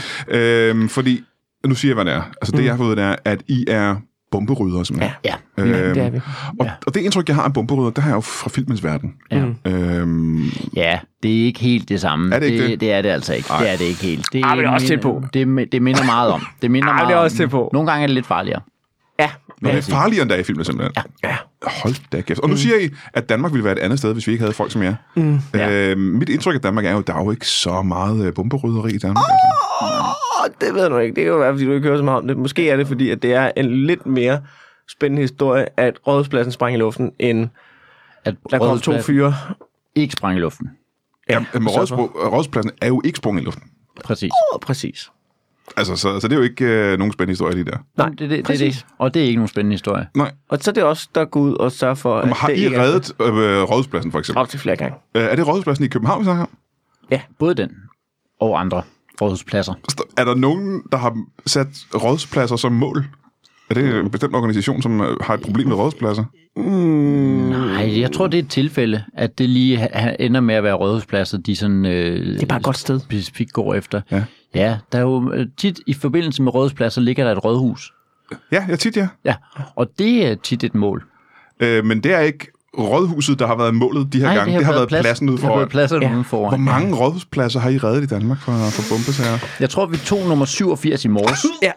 S1: Øhm, fordi, nu siger jeg, hvad det er. Altså det, jeg har fået, det er, at I er bomberyddere, simpelthen.
S3: Ja.
S1: Ja.
S2: det er vi.
S1: Og, og det indtryk, jeg har af bomberydder, det har jeg jo fra filmens verden.
S3: Ja.
S1: Øhm,
S3: Ja, det er ikke helt det samme.
S1: Er det ikke det?
S3: det er det altså ikke. Ej. Det er det ikke helt. Det
S2: Ej, men det er også tæt på.
S3: Det, mi- det minder meget om. Det minder
S2: Ej,
S3: meget
S2: det er
S3: om-
S2: også tæt på.
S3: Nogle gange er det lidt farligere.
S2: Ja.
S1: Nå, det er farligere, end der er i filmen, simpelthen. Ja. ja. Hold da kæft. Og nu siger I, at Danmark ville være et andet sted, hvis vi ikke havde folk som jer. Mm. Øh, mit indtryk af Danmark er jo, at der er jo ikke så meget øh, bomberydderi i Danmark. Oh! Altså.
S2: Åh, det ved jeg nu ikke. Det kan jo være, fordi du ikke hører så meget om det. Måske er det, fordi at det er en lidt mere spændende historie, at rådhuspladsen sprang i luften, end
S3: At
S2: der kom to
S3: Rådhuspladsen
S2: fyre.
S3: Ikke sprang i luften.
S1: Ja, men
S2: så-
S1: Rådspro- Rådspladsen er jo ikke sprunget i luften.
S3: Præcis.
S2: Åh, Præcis.
S1: Altså, så, så det er jo ikke øh, nogen spændende historie lige der.
S2: Nej,
S3: det, det, det, er
S2: præcis.
S3: det. Og det er ikke nogen spændende historie.
S1: Nej.
S2: Og så er det også der går ud og sørger for,
S1: Men
S2: at
S1: har
S2: det
S1: I
S2: ikke er-
S1: reddet øh, Rådspladsen, for eksempel?
S2: op til flere gange.
S1: Øh, er det Rådspladsen i København, vi snakker om?
S3: Både den og andre rådhuspladser.
S1: St- Er der nogen, der har sat rådspladser som mål? Er det en bestemt organisation, som øh, har et problem med rådspladser?
S3: Nej, jeg tror, det er et tilfælde, at det lige ha- ha- ender med at være rådhuspladser, de sådan... Øh, det
S2: er bare et godt sted.
S3: Specifikt går efter.
S1: Ja.
S3: ja, der er jo øh, tit i forbindelse med rådhuspladser ligger der et rådhus.
S1: Ja, ja, tit ja.
S3: Ja, og det er tit et mål.
S1: Øh, men det er ikke rådhuset, der har været målet de her gange. Det har, været
S3: plads-
S1: pladsen ude
S3: Det har
S1: for.
S3: været pladsen
S2: Ja.
S3: ja. ude foran.
S1: Hvor mange rådhuspladser har I reddet i Danmark fra, fra bombesager?
S3: Jeg tror, vi tog nummer 87 i morges.
S2: Ja.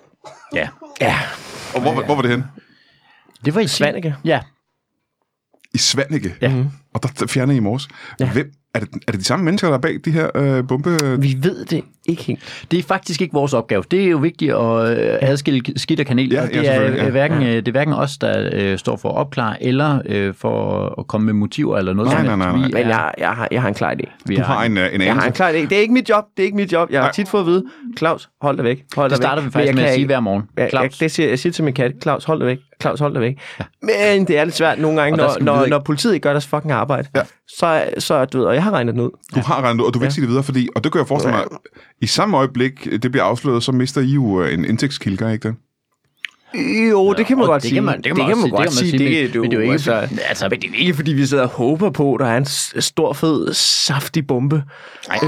S3: Ja.
S2: Ja.
S1: Og hvor, hvor var det hen?
S3: Det var i
S2: Svanike.
S3: Ja,
S1: I Svanike.
S3: Ja.
S1: Og der, der fjernede I i morges. Ja. Hvem, er, det, er det de samme mennesker, der er bag de her øh, bombe...
S2: Vi ved det ikke helt.
S3: det er faktisk ikke vores opgave. Det er jo vigtigt at øh, adskille skidt og kanel,
S1: Ja,
S3: og
S1: ja,
S3: det, er,
S1: selvfølgelig, ja.
S3: øh, hverken, øh, det er hverken os, der øh, står for at opklare, eller øh, for at komme med motiver eller noget
S1: Nej,
S3: som helst.
S1: nej, nej, nej.
S3: Vi
S2: Men
S3: er,
S2: jeg, jeg, har, jeg har en klar idé.
S3: vi
S1: Du
S3: er,
S1: har en, øh, en
S2: Jeg har en
S1: anelse.
S2: klar idé. Det er ikke mit job. Det er ikke mit job. Jeg har
S1: Nej.
S2: tit fået at vide, Claus, hold dig væk. Hold
S3: det
S2: dig væk.
S3: starter vi
S2: Men
S3: faktisk
S2: jeg
S3: med
S2: kan
S3: at sige
S2: ikke-
S3: hver morgen.
S2: Ja, jeg,
S3: Claus.
S2: det siger, jeg siger til min kat, Claus, hold dig væk. Claus, hold dig væk. Ja. Men det er lidt svært nogle gange,
S3: Og der
S2: når,
S3: skal vi
S2: når,
S3: videre.
S2: når politiet ikke gør deres fucking arbejde. Ja. Så, så, du ved, og jeg har regnet den ud.
S1: Du har regnet ud, og du vil ikke sige det videre, fordi... Og det kan jeg forestille mig, i samme øjeblik, det bliver afsløret, så mister I jo øh, en indtægtskilde, gør I ikke det?
S2: Jo, det kan man
S3: og
S2: godt
S3: det
S2: sige.
S3: kan man- det kan man også sige. Det kan man sige, men-
S2: det,
S3: men det er jo ikke
S2: altså,
S3: fordi-
S2: altså, men det er jo ikke, fordi vi sidder og håber på, at der er en s- stor, fed, saftig bombe.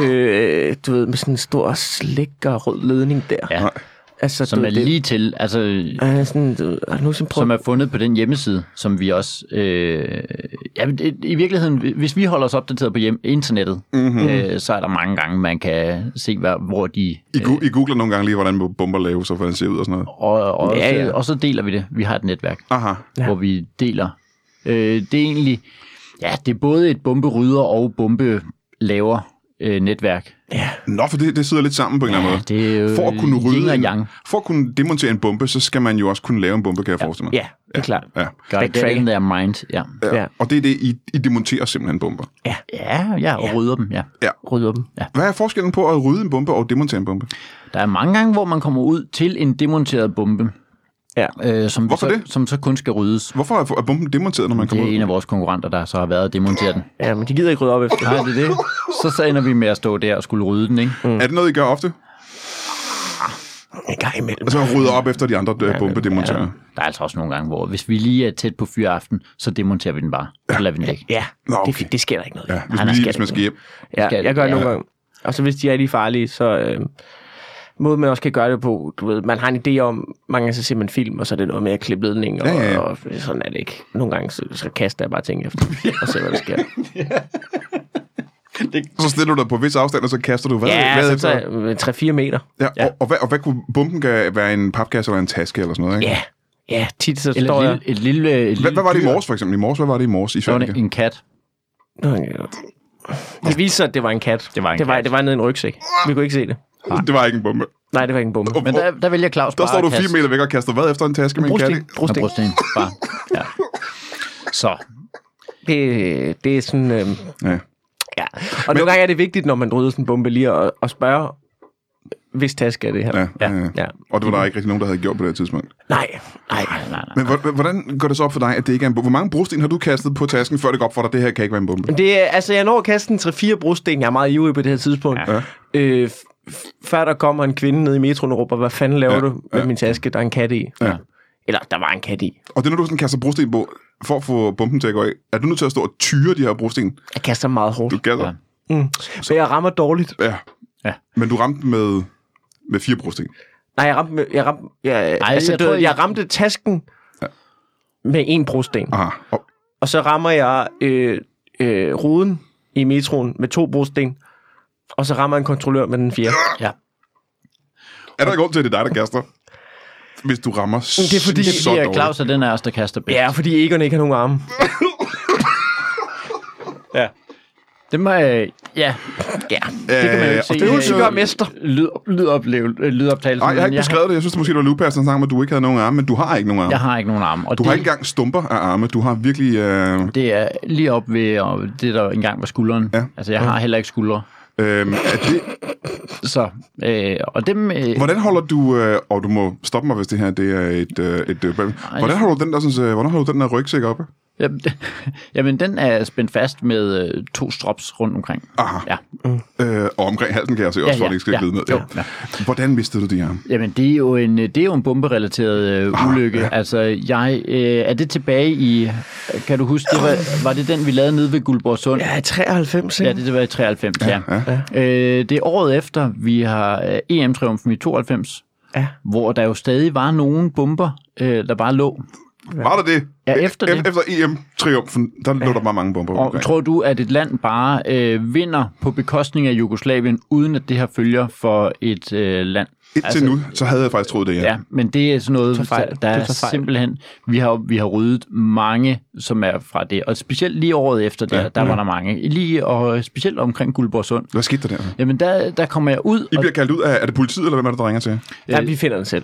S2: Øh, du ved, med sådan en stor slik og rød ledning der.
S3: Ja.
S2: Altså, du
S3: Som
S2: ved,
S3: er
S2: det-
S3: lige til, altså
S2: Øh, sådan, du, ved, har du nogensinde prøvet
S3: som er fundet på den hjemmeside, som vi også... Øh, ja, men det, i virkeligheden, hvis vi holder os opdateret på hjem, internettet,
S2: Mhm.
S3: mm-hmm. øh, så er der mange gange, man kan se, hvad, hvor de...
S1: I, gu- I googler nogle gange lige, hvordan bomber laves, og hvordan det ser ud og sådan noget.
S3: Og, og,
S2: Ja,
S3: ja, ja.
S2: ja.
S3: Så, og så deler vi det. Vi har et netværk,
S1: Aha.
S2: Ja.
S3: ja. hvor vi deler. Øh, det er egentlig... Ja, det er både et bomberydder og bombelaver øh, netværk.
S1: Nå, for det, det sidder lidt sammen på en eller anden måde.
S3: det er jo
S1: for at kunne
S3: yin
S1: rydde
S3: og
S1: en-
S3: yang.
S1: for at kunne demontere en bombe, så skal man jo også kunne lave en bombe, kan jeg forestille mig.
S2: Ja, det er klart.
S1: Ja.
S3: Got it
S2: Backtracking.
S3: in their mind, ja.
S2: Ja.
S1: Og det er det, I, I demonterer simpelthen bomber.
S3: Ja, ja, og rydder dem, ja.
S2: Rydde dem.
S1: Hvad er forskellen på at rydde en bombe og demontere en bombe?
S3: Der er mange gange, hvor man kommer ud til en demonteret bombe.
S2: Ja.
S3: Øh, som,
S1: Hvorfor
S3: så,
S1: det?
S3: som så kun skal ryddes.
S1: Hvorfor er- er bomben demonteret, når man
S3: Det
S1: kommer
S3: er en
S1: ud?
S3: af vores konkurrenter, der så har været at demontere den.
S2: Ja, men de gider ikke rydde op efter.
S3: Nej, det er det. Så, så ender vi med at stå der og skulle rydde den, ikke? Mm.
S1: Er det noget, I gør ofte?
S2: En gang imellem.
S1: Altså rydder op efter de andre ja, bombedemonterer?
S3: Der er altså også nogle gange, hvor hvis vi lige er tæt på fyraften, så demonterer vi den bare. Så lader vi den ligge.
S2: Ja,
S1: Nå, okay.
S2: det, det sker der ikke noget.
S1: Ja,
S2: ved.
S1: hvis,
S2: Nej,
S1: man,
S2: der
S1: lige,
S2: sker
S1: hvis man
S2: ikke
S1: skal hjem.
S2: Ja,
S3: Skal-
S2: jeg gør det
S3: ja.
S2: nogle gange. Og så hvis de er lige farlige, så... Øh, måde man også kan gøre det på, du ved, man har en idé om, mange gange så ser man film, og så er det noget med at klippe ledning, og,
S1: Ja, ja, ja.
S2: og sådan er det ikke. Nogle gange så, så kaster jeg bare ting efter, og ser, hvad der sker.
S1: Så stiller du dig på vis afstand, og så kaster du hvad,
S2: ja,
S1: hvad
S2: så
S1: efter? dig?
S2: tager 3-4 meter.
S1: Ja, og, og, hvad, og hvad kunne bomben gøre, være en papkasse eller en taske eller sådan noget? Ikke?
S2: Ja, ja tit så
S3: Eller
S2: står
S3: et
S2: jeg...
S3: lille, et lille, et lille
S1: Hvad, hvad var det i
S3: dyr.
S1: morges for eksempel? I morges, hvad var det i morges i
S3: Så var det
S1: Sverige?
S3: en kat.
S2: Nå, ja. Det viste sig, at det var en kat.
S3: Det var en
S2: det var,
S3: kat.
S2: Det var nede i en rygsæk. Vi kunne ikke se det.
S1: Det var ikke en bombe.
S2: Nej, det var ikke en bombe.
S1: Og,
S3: Men
S1: der,
S3: der, der vælger Claus
S1: der
S3: bare
S1: står du
S3: at kaste-
S1: fire meter væk og kaster hvad efter en taske med en kat?
S2: Brosten.
S3: Nå,
S2: Brosten.
S3: brosten. Bare. Ja. Så.
S2: Det, det er sådan... Øh,
S1: Ja.
S2: ja. Og nogle gange er det vigtigt, når man rydder sådan en bombe, lige at, at spørge, hvis taske er det her.
S1: Ja, ja, ja.
S2: ja.
S1: Og det var der ikke rigtig nogen, der havde gjort på det her tidspunkt.
S2: Nej, nej.
S3: Nej, nej, nej.
S1: Men hvor- hvordan går det så op for dig, at det ikke er en bombe? Hvor mange brosten har du kastet på tasken, før det går op for dig, at det her kan ikke være en bombe?
S2: Men Det er, altså, jeg når at kaste en 3-4 brosten. Jeg er meget ivrig på det her tidspunkt.
S1: Ja.
S2: Øh, f- f- før der kommer en kvinde ned i metroen og råber, hvad fanden laver
S1: Ja,
S2: ja. du med min taske? Der er en kat i.
S1: Ja.
S2: Eller, der var en kat i.
S1: Og det er, når du sådan kaster brosten på, for at få bomben til at gå af, er du nødt til at stå og tyre de her brosten?
S2: Jeg kaster meget hårdt.
S1: Du gader.
S3: Ja.
S2: Så jeg rammer dårligt.
S1: Ja. ja.
S3: Ja.
S1: Men du ramte med, med fire brosten.
S2: Nej, jeg ramte... med- Jeg ramte, jeg, Ej, altså,
S3: jeg
S2: jeg, du,
S3: tror,
S2: ved,
S3: I-
S2: jeg ramte tasken ja. med en brosten.
S1: Aha. Og,
S2: Og så rammer jeg øh, øh, ruden i metroen med to brosten. Og så rammer jeg en kontrollør med den fjerde.
S1: er der en grund til, at det er dig, der kaster? Hvis du rammer
S2: det er fordi,
S1: så
S3: Det er
S1: dårligt.
S3: Claus og den af os, der kaster bedst.
S2: Ja, fordi Egon ikke har nogen arme.
S3: ja. Det må, øh, ja,
S2: Ja.
S3: det kan man jo
S1: Øh,
S3: ikke se.
S1: og det er jo
S2: en psykisk mester.
S3: Lyd, lydoplevelse, øh, lydoptagelse.
S1: Nej, jeg har
S3: men
S1: ikke beskrevet det. Jeg synes, det måske var Lupas, der sang om, at du ikke havde nogen arme, men du har ikke nogen arme.
S3: Jeg har ikke nogen arme. Og
S1: Du har
S3: det,
S1: ikke engang stumper af arme. Du har virkelig... Øh,
S3: det er lige op ved og det, der engang var skulderen.
S1: Ja.
S3: Altså, jeg har heller ikke skuldre.
S1: øh, er det,
S3: Så, øh, og dem... Øh,
S1: Hvordan holder du, øh, og du må stoppe mig, hvis det her det er et... Øh, et øh, problem. hvordan holder du den der, sådan, øh, hvordan holder du den der rygsæk oppe?
S3: jamen, jamen, den er spændt fast med øh, to strops rundt omkring.
S1: Aha.
S3: Ja.
S1: Øh, og omkring halsen kan jeg se også, ja, for at
S3: Ja, ja,
S1: det ikke skal
S3: ja,
S1: glide ned.
S3: jo, ja.
S1: Hvordan mistede du de arme?
S3: Jamen, det er jo en, øh, det er jo en bomberelateret
S1: Ah,
S3: øh, ulykke. Altså, jeg... Øh, er det tilbage i... Kan du huske, det
S1: Ah.
S3: var, var det den, vi lavede nede ved Guldborg Sund?
S2: Ja, i 93, ikke?
S3: Ja, det, det var i 93, ja. ja. Øh, det er året efter, vi har øh, EM-triumfen i 92,
S2: Ja.
S3: hvor der jo stadig var nogle bomber, øh, der bare lå.
S1: Var der det?
S3: Ja, efter det.
S1: E- Efter EM-triumfen, der lå der bare mange bomber
S3: Og
S1: omkring.
S3: tror du, at et land bare øh, vinder på bekostning af Jugoslavien, uden at det har følger for et øh, land?
S1: Indtil nu, så havde jeg faktisk troet det, ja.
S3: Ja, men det er sådan noget,
S2: tager fejl.
S3: der
S2: Du
S3: er
S2: tager fejl.
S3: simpelthen... Vi har, vi har ryddet mange, som er fra det. Og specielt lige året efter der, ja, Mm. der var der mange. Lige, og øh, specielt omkring Guldborg Sund.
S1: Hvad skete der der?
S3: Jamen, der, der kommer jeg ud,
S1: I
S3: og
S1: bliver kaldt ud af, er det politiet, eller hvem er det, der ringer til?
S2: Ja, vi finder den selv.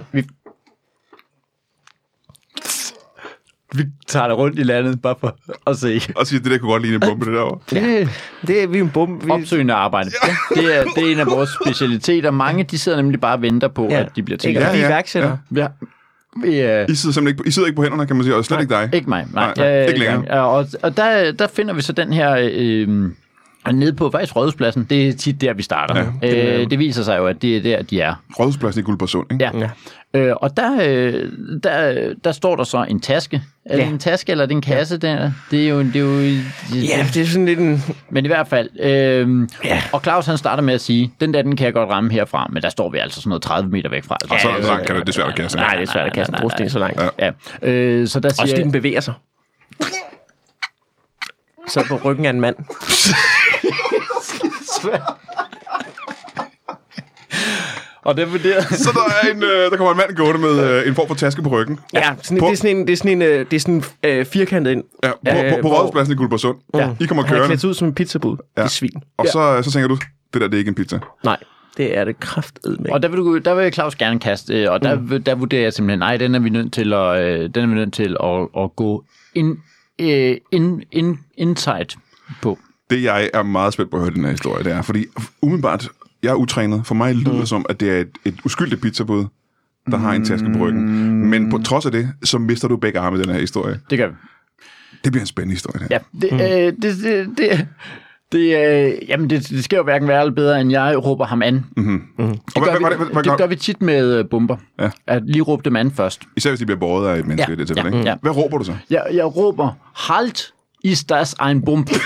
S3: vi tager det rundt i landet, bare for at se.
S1: Og siger, det der kunne godt ligne en bombe, det derovre.
S3: Det,
S2: Det er vi er en bombe. Vi...
S3: Opsøgende arbejde. Ja. Det, er, det er en af vores specialiteter. Mange de sidder nemlig bare og venter på, ja. at de bliver
S2: Ikke?
S3: tænkt.
S1: Ja,
S2: Vi er
S1: ja,
S2: iværksættere.
S3: Ja. Ja.
S1: I sidder simpelthen ikke på, I sidder ikke på hænderne, kan man sige, og slet ikke dig.
S3: øh, Ikke mig, nej.
S1: Nej,
S3: Jeg-
S1: ikke længere.
S3: Ja, Og, og der, der finder vi så den her øh, Og nede på faktisk Rådhuspladsen, det er tit der, vi starter. Ja. Øh, det viser sig jo, at det er der, de er.
S1: Rådhuspladsen i Guldborgsund, ikke?
S3: Ja. Øh, og der, øh, der, der står der så en taske. Er ja.
S2: Ja.
S3: det en taske, eller er det en kasse der? Det er jo... Det er jo det,
S2: Ja, det er sådan lidt en...
S3: Men i hvert fald, øh,
S2: Ja.
S3: og Claus han starter med at sige, den der, den kan jeg godt ramme herfra, men der står vi altså sådan noget 30 meter væk fra. Altså,
S1: Og så langt kan det desværre ikke kaste.
S2: Nej, det er svært at kaste en brosten så langt. Ja.
S3: Ja. Øh, så der siger,
S2: Også fordi den bevæger sig. Så på ryggen af en mand.
S3: og det vurderer...
S1: Så der, er en, øh, der kommer en mand gående med øh, en form for taske på ryggen.
S2: Ja, sådan,
S1: på,
S2: det er sådan en, det er sådan en, øh, det er sådan en øh, firkantet ind. Øh,
S1: ja, på,
S3: Øh,
S1: på, på
S2: hvor-
S1: Rådhuspladsen i Guldborgsund. Ja. I kommer
S2: Han er
S1: kørende,
S2: klædt ud som en pizzabud. Ja. Det er svin.
S1: og så, så tænker du, det der det er ikke en pizza.
S2: Nej, det er det kraftedme.
S3: Og der vil, du, der vil Claus gerne kaste, øh, og der, mm. der vurderer jeg simpelthen, nej, den er vi nødt til at, øh, den er vi nødt til at, at gå ind, øh, ind, ind, insight på.
S1: Det, jeg er meget spændt på at høre i den her historie, det er, fordi umiddelbart, jeg er utrænet. For mig lyder det
S3: Mm.
S1: som, at det er et, et uskyldigt pizzabud, der har en taske på ryggen. Men
S3: Mm.
S1: på trods af det, så mister du begge arme i den her historie.
S3: Det gør vi.
S1: Det bliver en spændende historie, det her.
S3: Ja, det, mm. øh, det, det, det, det, øh, jamen det, det sker jo hverken værre eller bedre, end jeg råber ham an. Mm.
S1: og
S3: Det,
S1: hvad,
S3: gør
S1: hvad, hvad,
S3: vi,
S1: hvad,
S3: det
S1: hvad,
S3: gør vi tit med øh, bomber.
S1: Ja.
S3: At lige råbe dem an først.
S1: Især hvis de bliver båret af et menneske
S3: Ja,
S1: i det tilfælde,
S3: ja,
S1: ikke?
S3: ja.
S1: Hvad råber du så?
S3: Jeg, jeg råber, halt ist das ein Bump.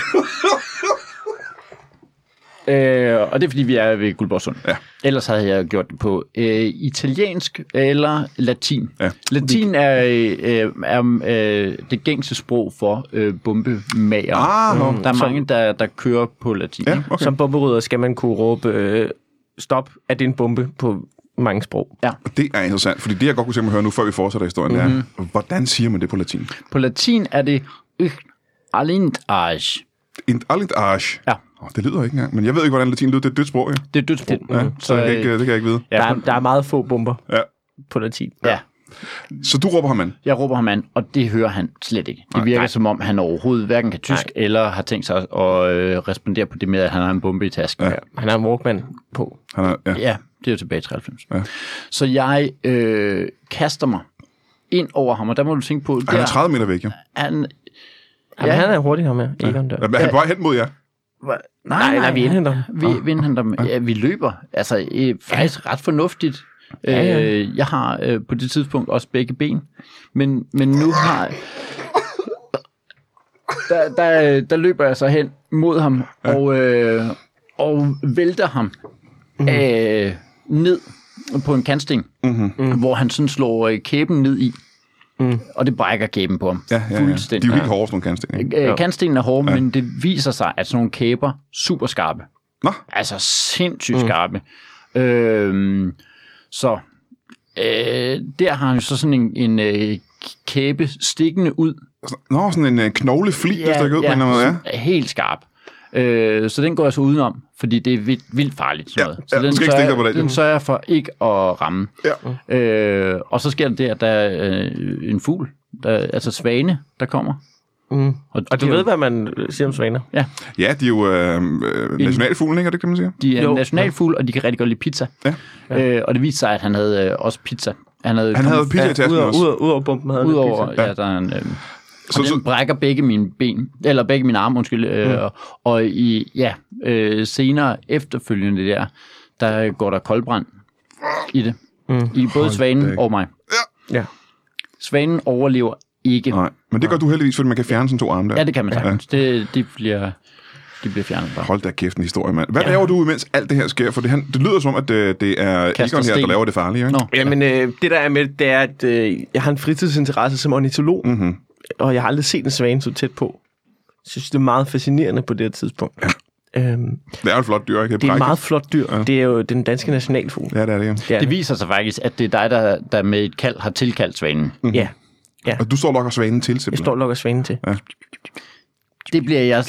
S3: øh, og det er, fordi vi er ved Guldborgsund.
S1: Ja.
S3: Ellers havde jeg gjort det på øh, italiensk eller latin.
S1: Ja.
S3: Latin er, øh, er øh, det gængse sprog for øh, bombemager. Mm.
S1: Ah, nå.
S3: der er mange, der, der kører på latin.
S1: Ja,
S3: ikke?
S1: okay.
S2: Som bomberydder skal man kunne råbe, øh, stop, at det er en bombe på mange sprog.
S3: Ja.
S1: Det er interessant, fordi det, jeg godt kunne tænke mig at høre nu, før vi fortsætter historien, mm-hmm.
S3: Mhm.
S1: er, hvordan siger man det på latin?
S3: På latin er det ich alintage.
S1: In alintage.
S3: Ja.
S1: Oh, det lyder ikke engang, men jeg ved ikke, hvordan latin lyder. Det er et dødt sprog, ja.
S3: Det er dødsbrug.
S1: ja så jeg kan ikke, øh, det kan jeg ikke vide.
S3: øh, Ja,
S2: Der er, der er meget få bomber
S1: Ja.
S2: på latin.
S3: ja.
S1: Så du råber ham an.
S3: Jeg råber ham an, og det hører han slet ikke. Det virker, som om han overhovedet hverken kan tysk, nej. eller har tænkt sig at øh, respondere på det med, at han har en bombe i tasken. Ja,
S2: Han har en Walkman på.
S1: Han er, ja.
S3: ja det er jo tilbage i 93.
S1: Ja.
S3: Så jeg øh, kaster mig ind over ham, og der må du tænke på...
S1: Han er
S3: der-
S1: 30 meter væk, ja.
S3: han,
S2: Jamen, han er hurtig ham her. Egon der.
S1: Han er på vej hen mod jer.
S3: nej,
S2: nej, vi indhenter Ah, ham.
S3: Vi, vi indhenter ham. Ja, vi løber. Altså, øh, faktisk ret fornuftigt. Ja,
S2: ja.
S3: Øh, jeg har øh, på det tidspunkt også begge ben. Men, men nu har... Der, der, øh, der løber jeg så hen mod ham og, øh, og vælter ham
S1: Mhm.
S3: øh, ned på en kantsten, mm-hmm.
S1: Mhm.
S3: hvor han sådan slår øh, kæben ned i. Mm. Og det brækker kæben på ham.
S1: Ja, ja, ja. De er jo helt hårde, sådan nogle kantsten, ikke?
S3: Øh, kantstenen er hård, ja. men det viser sig, at sådan nogle kæber super skarpe.
S1: Nå.
S3: Altså sindssygt skarpe. Øhm, så øh, der har han jo så sådan en, en øh, kæbe stikkende ud.
S1: Nå, sådan en øh, knoglefli, der stikker ud på en eller anden måde, ja.
S3: sådan Helt skarp. Øh, så den går jeg så udenom, fordi det er vildt, vildt farligt. Sådan
S1: Ja,
S3: noget.
S1: ja,
S3: Så
S1: du
S3: den,
S1: skal ikke stikke dig på
S3: sørger,
S1: det.
S3: den sørger jeg for ikke at ramme.
S1: Ja.
S3: Øh, og så sker der det, at der er øh, en fugl, der, altså svane, der kommer.
S2: Mm. Og du
S3: det er
S2: ved,
S3: jo-
S2: hvad man øh, siger om svaner.
S3: Ja,
S1: Ja, de er jo øh, øh, nationalfuglen, ikke? Er det ikke det, man siger?
S3: De er
S2: Jo.
S3: jo. nationalfugl, og de kan rigtig godt lide pizza.
S1: Ja.
S3: Øh, og det viste sig, at han havde øh, også pizza. Han havde,
S1: Han havde
S3: kommet
S1: pizza i tasken
S2: Udover,
S1: også.
S2: udover, udover bomben havde han lidt
S3: udover,
S2: pizza.
S3: ja. der er en, øh,
S1: Så-
S3: så,
S1: så-
S3: den brækker begge mine ben, eller begge mine arme, undskyld. Øh, og, og i, ja, øh, senere efterfølgende der, der går der koldbrand i det. Mm. I både svanen
S1: da.
S3: og mig.
S2: Ja.
S3: Svanen overlever ikke.
S1: Nej, men det gør du heldigvis, fordi man kan fjerne sådan to arme der.
S3: Ja, det kan man sagtens. Ja. Det, det, bliver, det bliver fjernet bare.
S1: Hold da kæft en historie, mand. Hvad ja. laver du, imens alt det her sker? For det, han, det lyder som, at det, det er
S3: Kaster
S1: Egon her, der
S3: sten.
S1: laver det farlige, ikke?
S3: Nå.
S2: Jamen, øh, det der er med det, det er, at øh, jeg har en fritidsinteresse som ornitolog,
S1: Mhm.
S2: mm-hmm. og jeg har aldrig set en svane så tæt på. Jeg synes, det er meget fascinerende på det her tidspunkt. øhm,
S1: Det er jo et flot dyr, ikke?
S2: det er et
S1: brækket.
S2: meget flot dyr. Ja. Det er jo den danske nationalfugl.
S1: Ja, det er det, ja.
S2: er
S3: Det viser sig faktisk, at det er dig, der, der med et kald har tilkaldt svanen.
S2: Ja,
S1: Og du står og lokker svanen til,
S2: jeg
S1: simpelthen.
S2: står og lukker svanen til.
S3: Det bliver jeg...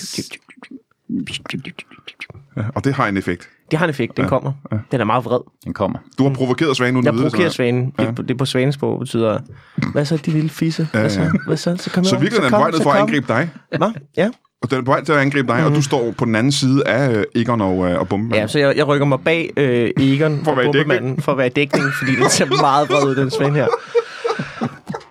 S1: Ja, og det har en effekt.
S2: Det har en effekt, den kommer. Den er meget vred.
S3: Den kommer.
S1: Du har provokeret svanen uden
S2: Mm. Jeg
S1: at vide det,
S2: provokerer
S1: sådan
S2: svanen. Ja. Det, på- det på svanesprog betyder, hvad så, de lille fisse? Hvad
S1: ja.
S2: så? Hvad så? Så kom
S1: noget. Så
S2: herover.
S1: virkelig er den
S2: kom,
S1: på vej ned
S2: så
S1: for at
S2: kom.
S1: angribe dig.
S2: Hva? Ja.
S1: Og den er på vej til at angribe dig, og du står på den anden side af øh, Egon og, øh, og bomben.
S2: Ja, så jeg, jeg rykker mig bag øh, Egon
S1: For at være i
S2: bombemanden, for at være i dækning, fordi den ser meget vred ud, den svend her.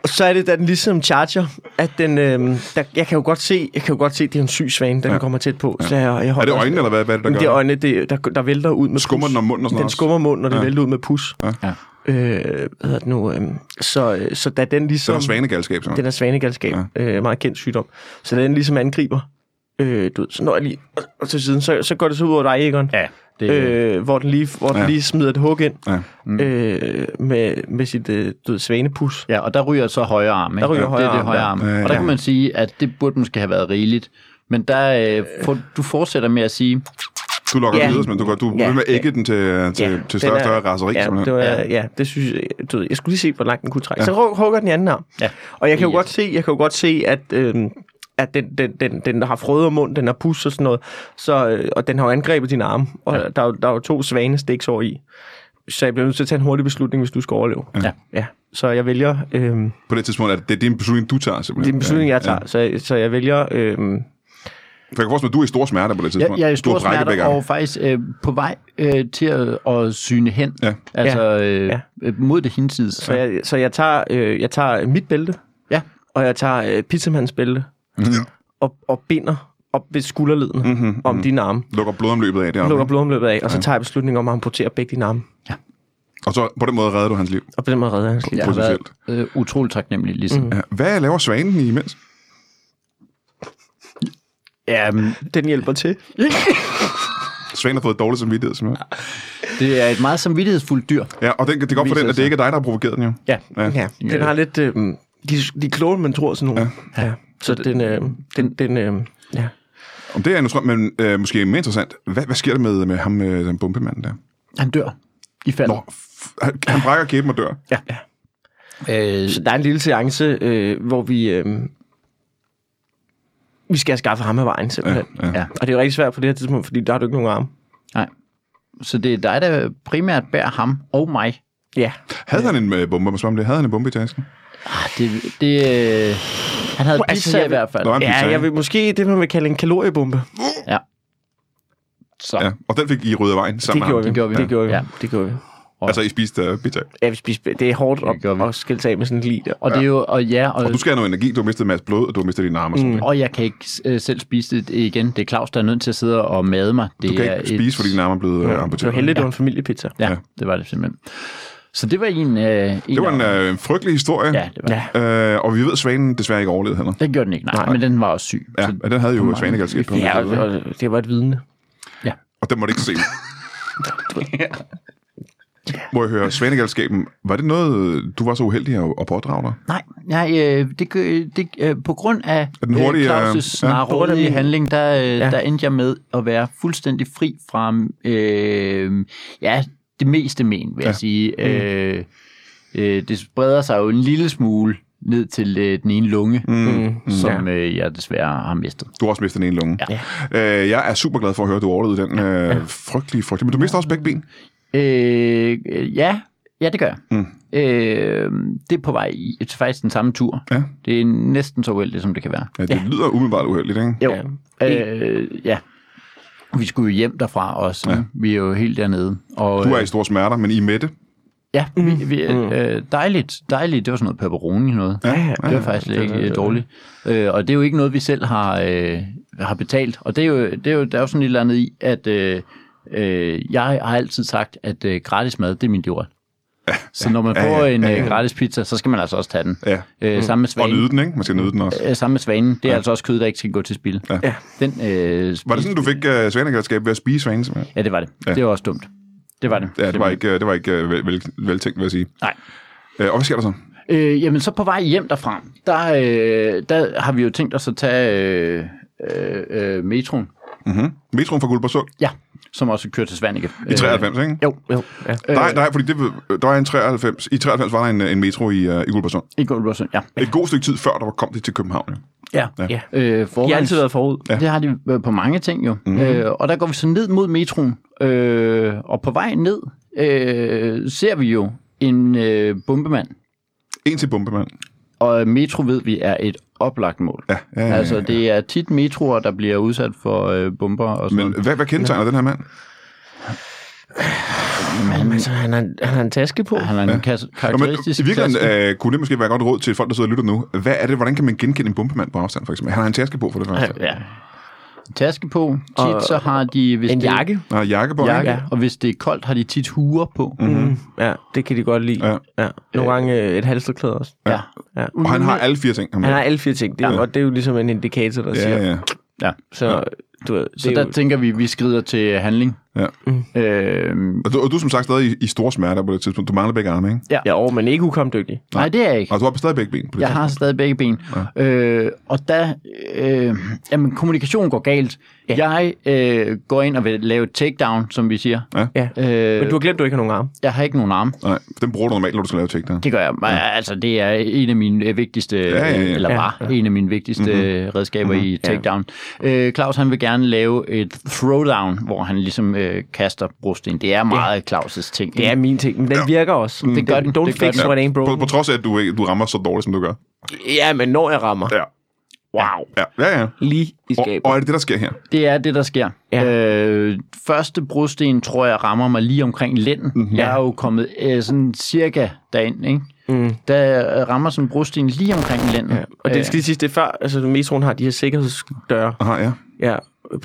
S2: Og så er det, da den ligesom charger, at den, øh, der, jeg kan jo godt se, jeg kan jo godt se, det er en syg svane, der ja. den kommer tæt på. Ja. Så jeg, jeg
S1: Er
S2: holder-
S1: det øjnene, eller hvad, hvad er det, der
S2: Jamen,
S1: gør
S2: det er øjnene, det, der, der vælter ud med
S1: Skummer
S2: pus.
S1: den om munden og sådan noget
S2: Den
S1: også?
S2: skummer munden, og det ja. vælter ud med pus. Ja.
S3: Ja.
S2: Øh, hvad hedder det nu? Øh, så, øh, så da den
S1: Den
S2: ligesom...
S1: har svanegalskab, sådan
S2: den
S1: noget.
S2: er svanegalskab, ja. øh, meget kendt sygdom. Så da den ligesom angriber, øh, du ved, så når jeg lige og, og til siden, så, så går det så ud over dig, Egon.
S3: Ja, det, øh,
S2: Øh, hvor den lige, hvor den
S1: Ja.
S2: lige smider et hug ind
S1: Ja.
S2: mm. øh, med, med sit øh, du ved, svanepus.
S3: ja, og der ryger så højre arm. Ikke?
S2: Der ryger
S3: Ja,
S2: højre
S3: det er det
S2: arm,
S3: højre
S2: ja.
S3: arm.
S1: Ja, ja,
S3: Og der
S1: ja.
S3: kan man sige, at det burde måske have været rigeligt. Men der, øh, for, du fortsætter med at sige,
S1: Du lokker
S2: Ja.
S1: yeah. videre, men du, gør, du
S2: Ja.
S1: yeah. med at ægge den til, til, yeah. til
S2: den
S1: større og
S2: er-
S1: større raseri.
S2: Ja,
S1: simpelthen.
S2: det var, ja. ja, det synes jeg, du ved, jeg skulle lige se, hvor langt den kunne trække. Ja. Så ru- hugger den i anden arm.
S3: Ja.
S2: Og jeg kan jo
S3: Yes.
S2: godt se, jeg kan jo godt se, at, øh, at den, den, den, den har frøder mund, den har pus og sådan noget, så, øh, og den har jo angrebet dine arme, og ja. der, er jo- der er jo to svane stiksår i. Så jeg bliver nødt til at tage en hurtig beslutning, hvis du skal overleve.
S3: Ja.
S2: ja. Så jeg vælger, øh, det
S1: På det tidspunkt, at det, det er en beslutning, du tager,
S2: er
S1: simpelthen.
S2: en beslutning, jeg tager,
S1: Ja.
S2: så, så jeg vælger, øh,
S1: For jeg kan forstå, at du er i store smerter på det
S3: jeg,
S1: tidspunkt.
S3: jeg er i
S1: Du har
S3: store
S1: brækket begge
S3: smerter
S1: arme.
S3: og faktisk øh, på vej øh, til at, at syne hen.
S1: Ja.
S3: Altså øh,
S2: Ja.
S3: øh, mod det hinsides.
S2: så, jeg, så jeg, tager, øh, jeg tager mit bælte,
S3: Ja.
S2: og jeg tager øh, pizzamands bælte,
S1: Mhm.
S2: og, og binder op ved skulderledene mm-hmm,
S1: mhm.
S2: om dine arme.
S1: Lukker blodomløbet af
S2: lukker
S1: deroppe.
S2: blodomløbet af, og så tager jeg beslutningen om at amputere begge dine arme.
S1: Og så på den måde redder du hans liv.
S2: Og på den måde redder jeg hans liv.
S3: Jeg har været øh, utroligt taknemmelig, ligesom. Mm.
S1: Ja. Hvad laver svanen i imens?
S3: Ja, men
S2: Den hjælper til.
S1: Svanen har fået dårlig samvittighed, simpelthen.
S3: det er et meget samvittighedsfuldt dyr.
S1: Ja, og den, det går op for
S3: Viser
S1: den, at det
S3: sig.
S1: ikke er dig, der har provokeret den jo.
S3: Ja. Mm.
S2: Ja, den har lidt... Øh, de, de er klogere, end man tror, sådan nogle. Ja. ja. Så den... Øh, den, den øh, ja.
S1: Om det er nu men øh, måske mere interessant. Hvad, hvad sker der med, med ham, øh, den bombemand der?
S3: Han dør i fald.
S1: Nå, f- han, han brækker kæben og dør.
S3: Øh,
S2: Så der er en lille seance, øh, hvor vi... Øh, vi skal have skaffe ham af vejen, simpelthen.
S1: Ja, ja.
S3: Ja.
S2: Og det er jo rigtig svært på det her tidspunkt, fordi der har du ikke nogen arme.
S3: nej. Så det er dig, der primært bærer ham og mig.
S2: Ja.
S1: Havde han en øh, bombe, må jeg spørge om det? Havde han en bombe i tasken?
S3: Ah, Det, det, øh, han havde
S2: Altså,
S3: pizza
S2: jeg
S3: i
S2: vil-
S3: hvert fald.
S1: Nå, han-
S2: Ja,
S1: pizza,
S2: jeg
S1: ikke?
S2: vil måske det, man vil kalde en kaloriebombe.
S3: Så
S1: Ja, og den fik I ryddet af vejen sammen
S2: Det gjorde,
S1: med
S2: vi.
S3: Det gjorde vi.
S2: Det gjorde vi.
S3: Ja.
S2: Det gjorde vi.
S1: ham. Altså, I spiste uh, pizza.
S2: Ja, vi spiste, det er hårdt at,
S3: gjorde vi.
S2: at skille sig af med sådan en lige der.
S3: Og det er jo, og ja, og,
S1: Og du skal have noget energi. Du har mistet en masse blod, og du har mistet dine arme og sådan
S2: Mm.
S1: noget.
S3: og jeg kan ikke øh, selv spise det igen. Det er Claus, der er nødt til at sidde og made mig. Det
S1: Du kan
S3: er
S1: ikke spise, fordi dine arme er blevet øh,
S2: Det var
S1: amputeret.
S2: heldigt, det var en familiepizza.
S3: Ja,
S1: Ja.
S3: det var det simpelthen. Så det var en... Øh, en
S1: Det var en
S3: af-
S1: øh, en frygtelig historie.
S3: Ja, det var ja.
S2: Ja.
S1: Øh, og vi ved, at svanen desværre ikke overlevede heller.
S3: Det gjorde den ikke, nej, nej. men den var også syg.
S1: Ja,
S3: Så,
S1: og den havde jo svanegalskab på.
S2: Ja,
S1: Ja,
S2: og, og det var et vidne.
S1: og den måtte ikke se. Må jeg høre, svanegalskaben, var det noget, du var så uheldig at, at pådrage dig?
S3: nej, nej øh, det, gør- det, øh, på grund af
S1: den hurtige,
S3: øh,
S1: øh, ja.
S2: På
S3: Claus'
S2: grund af
S3: snarrådige
S2: min-
S3: handling, der, øh,
S2: Ja.
S3: der endte jeg med at være fuldstændig fri fra øh, ja, det meste men, vil ja. jeg sige.
S1: Mm.
S3: Øh, øh, det spreder sig jo en lille smule ned til øh, den ene lunge, mm. som øh, jeg desværre har mistet.
S1: Du har også mistet en ene lunge.
S3: Ja.
S1: Øh, jeg er super glad for at høre, at du overlevede den øh, frygtelige, frygtelige. Men du mister også begge ben.
S3: Øh, øh, ja, ja, det gør jeg. Mm. Øh, det er på vej i til faktisk den samme tur.
S1: Ja.
S3: Det er næsten så uheldigt, som det kan være.
S1: Ja, det ja. lyder umiddelbart uheldigt, ikke?
S3: Jo. Ja. Øh, ja. Vi skulle jo hjem derfra også. Ja. Vi er jo helt dernede. Og,
S1: Du er
S3: øh,
S1: i store smerter, men I er med det.
S3: Ja, vi, vi, øh, dejligt, dejligt. Det var sådan noget pepperoni noget. Ja,
S2: ja,
S3: det var faktisk lidt ikke dårligt. Øh, og det er jo ikke noget, vi selv har, øh, har betalt. Og det er jo, det er jo, der er jo sådan et eller andet i, at øh, øh, jeg har altid sagt, at øh, gratis mad, det er min livret. Så når man
S1: ja,
S3: får
S1: ja,
S3: en
S1: ja,
S3: øh, gratis pizza, så skal man altså også tage den.
S1: Ja.
S3: Øh, sammen med
S1: Og nyde
S3: svanen.
S1: den, ikke? Man skal nyde den også.
S3: Øh, sammen med svanen. Det er altså også kød, der ikke skal gå til spil.
S2: Ja.
S3: Den, øh,
S1: Var det sådan, du fik uh, svanegalskab ved at spise svanen? simpelthen?
S3: Ja, det var det. Ja. Det var også dumt. Det var det.
S1: Ja, det var ikke, øh, det var ikke øh, vel, vel, veltænkt, vil jeg sige.
S3: Nej.
S1: Øh, og hvad sker der så?
S3: Øh, jamen, så på vej hjem derfra, der, øh, der har vi jo tænkt os at tage øh, øh, øh, metroen.
S1: Metroen fra Guldborgsund
S3: Ja, som også kører til Svanike.
S1: i 93, ikke?
S2: Jo, jo. Ja.
S3: Øh.
S1: Nej, nej, fordi det, der er en 93. I 93 var der en, øh, en metro i, uh, i Guldborgsund.
S3: Øh, I Guldborgsund, ja.
S1: Et god stykke tid før, der var kommet det til København. jo.
S3: Ja.
S2: ja.
S3: Øh,
S2: De har altid været forud.
S3: Ja. Det har de øh, på mange ting jo.
S1: Mhm.
S3: Mm. Øh, og der går vi så ned mod metroen, øh, og på vej ned øh, ser vi jo en øh, bombemand.
S1: En til bombemand.
S3: Og metro ved vi er et oplagt mål.
S1: Ja, ja, ja, ja.
S3: Altså, det er tit metroer, der bliver udsat for øh, bomber og sådan
S1: Men
S3: noget.
S1: hvad, hvad kendetegner den her mand?
S2: Jamen, altså, han har, han har en taske på.
S3: Han har en kasse-
S1: Nå, men,
S3: karakteristisk
S1: I virkeligheden
S3: taske.
S1: øh, kunne det måske være godt råd til folk, der sidder og lytter nu. Hvad er det, hvordan kan man genkende en bombemand på afstand, for eksempel? Han har en taske på, for det første.
S2: Ja.
S3: taske på. Tit
S2: Og-
S3: så har de... Hvis
S2: En
S3: det,
S2: jakke.
S1: Han har jakke på,
S3: jakke.
S1: ikke?
S3: Ja. Og hvis det er koldt, har de tit huer på. Mm.
S2: Mm. Ja, det kan de godt lide.
S1: Ja.
S2: Ja. Ja. Nogle gange øh, et halstørklæde også.
S3: Ja.
S2: Ja.
S1: Og han har alle fire ting. Han
S2: Han
S1: har,
S2: har alle fire ting, det er, ja. og det er jo ligesom en indikator, der ja, siger.
S1: ja, ja.
S3: ja.
S2: Så, du, ved, det
S3: Så
S2: er
S3: der
S2: jo,
S3: tænker vi, vi skrider til handling.
S1: ja.
S3: Øhm,
S1: Og, du, og du er som sagt stadig i, i store smerter på det tidspunkt. Du mangler begge arme, ikke?
S2: ja, og men ikke ukomdygtig.
S3: nej, det er jeg ikke.
S1: Og du har stadig begge ben på det
S3: Jeg har stadig begge ben. Ja. Øh, og der, øh, jamen, kommunikation går galt. Ja. Jeg øh, går ind og vil lave et takedown, som vi siger.
S1: Ja.
S2: Ja. Øh,
S3: Øh,
S2: men du har glemt, at du ikke har nogen arme.
S3: Jeg har ikke nogen arme.
S1: Nej, den bruger du normalt, når du skal lave take der.
S3: Det gør jeg. Ja. Altså, det er en af mine øh, vigtigste, ja, ja, ja. eller var ja, ja. en af mine vigtigste
S1: Mhm.
S3: mm-hmm. redskaber mm-hmm. i takedown. Øh, Claus, han vil gerne lave et throwdown, hvor han ligesom øh, kaster brosten. Det er meget Claus' ting.
S2: Det er
S3: ikke?
S2: min ting, men den virker også. Det
S3: gør den.
S2: Don't
S3: Det gør
S2: fix
S3: den.
S2: what ain't
S1: På,
S2: broken.
S1: på trods af, at du, ikke- du rammer så dårligt, som du gør.
S2: Ja, men når jeg rammer,
S1: Ja,
S2: wow,
S1: ja, ja. ja.
S2: lige i
S1: Og,
S2: skabet.
S1: og er det det, der sker her?
S3: Det er det, der sker.
S2: Ja.
S3: Øh, første brosten, tror jeg, rammer mig lige omkring lænden.
S1: Mhm.
S3: Mm-hmm. Jeg er jo kommet øh, sådan cirka derind, ikke? Mm. Der øh, rammer sådan en brosten lige omkring Øh, lænden. Ja.
S2: Og det skal lige sidst, det er før, altså metroen har de her sikkerhedsdøre.
S1: Aha, ja.
S2: Ja,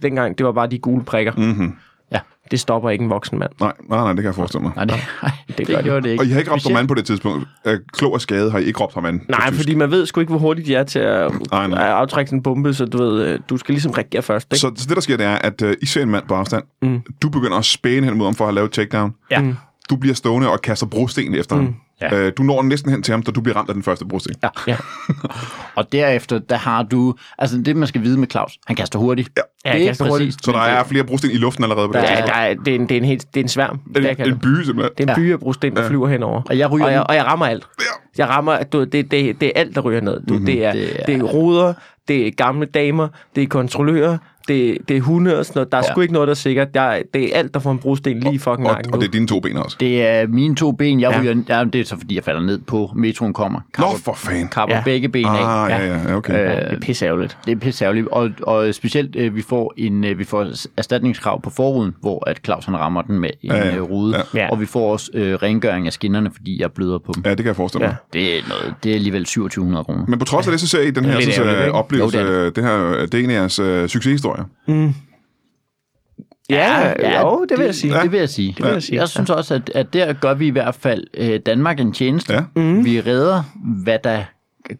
S2: dengang, det var bare de gule prikker. Mm-hmm.
S3: Ja.
S2: Det stopper ikke en voksen mand.
S1: Nej, nej, nej, det kan jeg forestille mig.
S3: Nej, det, nej, det, det gjorde det ikke.
S1: Og I har ikke råbt ham an på det tidspunkt. Øh, Klog og skade har I ikke råbt ham an. på
S2: Nej,
S1: tysk.
S2: fordi man ved sgu ikke, hvor hurtigt de er til at,
S1: Nej,
S2: at
S1: nej.
S2: aftrække en bombe, så du ved, øh, du skal ligesom reagere først, ikke?
S1: Så, så det, der sker, det er, at øh, I ser en mand på afstand. Mm. Du begynder at spæne hen mod ham for at have lavet et takedown.
S3: Ja. Mm.
S1: Du bliver stående og kaster brosten efter mm. ham.
S3: Ja.
S1: Øh, du når næsten hen til ham, da du bliver ramt af den første brosten. Ja.
S2: Ja.
S3: Og derefter, der har du... Altså, det man skal vide med Claus, han kaster hurtigt. Ja,
S2: han kaster hurtigt.
S1: Så der er flere brosten i luften allerede på det
S2: Der er,
S1: tidspunkt.
S2: der er, det, er en, det, er en helt, det er en sværm. hvad jeg
S1: En,
S2: kalder
S1: en
S2: det.
S1: by, simpelthen.
S2: det er en by af brosten, der flyver henover.
S3: Og jeg ryger
S2: og jeg,
S3: den.
S2: og jeg rammer alt. Jeg rammer, du, ved, det, det, det er alt, der ryger ned. Du, mm-hmm. det, er,
S3: Det er-
S2: det, er... det er ruder, det er gamle damer, det er kontrollører, det, det er hunde og sådan noget. Der er
S3: Ja.
S2: ja. sgu ikke noget, der er sikkert. Der, er- det er alt, der får en brosten lige i fucking
S1: Og,
S2: nakken.
S1: og det
S2: nu.
S1: er dine to ben også.
S3: Det er mine to ben, jeg
S2: Ja.
S3: ryger... Ja, det er så, fordi jeg falder ned på, metroen kommer.
S1: Nå,
S3: Kapper,
S1: for fanden.
S3: kapper
S2: Ja. Øh.
S3: begge ben af.
S1: Ah, ja, ja, ja, okay.
S2: Ja, det er pisseærgerligt.
S3: Det er pissærgerligt, og, og specielt øh, vi får en øh, vi får s- erstatningskrav på forruden, hvor at Claus han rammer den med en
S1: Ja, ja.
S3: ja, øh, rude,
S2: Ja.
S3: ja. og vi får også øh, rengøring af skinnerne, fordi jeg bløder på dem.
S1: Ja, det kan jeg forestille mig.
S2: Ja.
S3: Det er, noget, det er alligevel 2700 kroner.
S1: Men på trods af det, så ser I den her
S2: Lidt
S1: sådan,
S2: ærgerligt,
S1: øh,
S2: ikke?
S1: oplevelse,
S3: Jo, det
S1: øh, det her, øh, det er en af jeres øh, succeshistorier.
S2: Ja, ja jo, det vil jeg sige.
S3: Øh, Det, det vil jeg sige.
S2: vil jeg sige.
S3: Jeg synes også, at, at der gør vi i hvert fald øh, Danmark en tjeneste.
S1: Ja.
S3: Mm. Vi redder, hvad der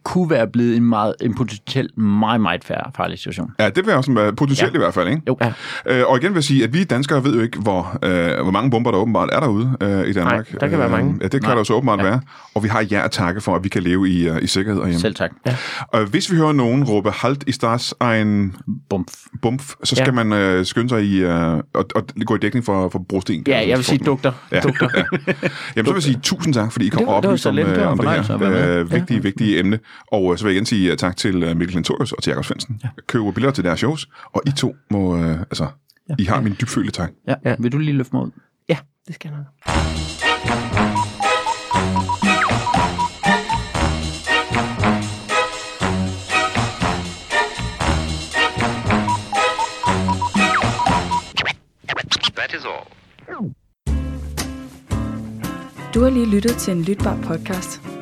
S3: kunne være blevet en, meget, en potentielt meget, meget færre farlig situation.
S1: Ja, det vil jeg også være potentielt ja. i hvert fald, ikke?
S3: Jo. Ja.
S1: Øh, og igen vil jeg sige, at vi danskere ved jo ikke, hvor, øh, hvor mange bomber der åbenbart er derude øh, i Danmark.
S2: Nej, der kan være mange.
S1: Ja, det kan der jo så åbenbart ja. være. Og vi har jer at takke for, at vi kan leve i, øh, i sikkerhed herhjemme.
S3: Selv tak. Ja.
S1: Og hvis vi hører nogen råbe halt i stars egen
S3: Bumf.
S1: bumf, så skal ja.
S2: Ja.
S1: man øh, skynde sig i øh, og, og gå i dækning for, for brosten.
S2: Ja, jeg vil sige dugter.
S1: Ja. ja. Jamen, så vil jeg sige tusind tak, fordi I kom
S2: Det var-
S1: og
S2: det var
S1: oplyste
S2: så
S1: om,
S2: lidt.
S1: øh,
S2: Det var
S1: om det
S3: fornøjelse
S1: her
S3: at være med.
S1: øh, vigtige, vigtige emne. Og øh, så vil jeg igen sige øh, tak til øh, Mikkel Klintorius og til Jakob Svendsen. Ja. Køber billetter til deres shows, og I to må, øh, altså, I har min dybfølte tak.
S3: Ja. Ja. Vil du lige løfte mig ud?
S2: Ja, det skal jeg nok.
S5: That is all.
S6: Du har lige lyttet til en lytbar podcast.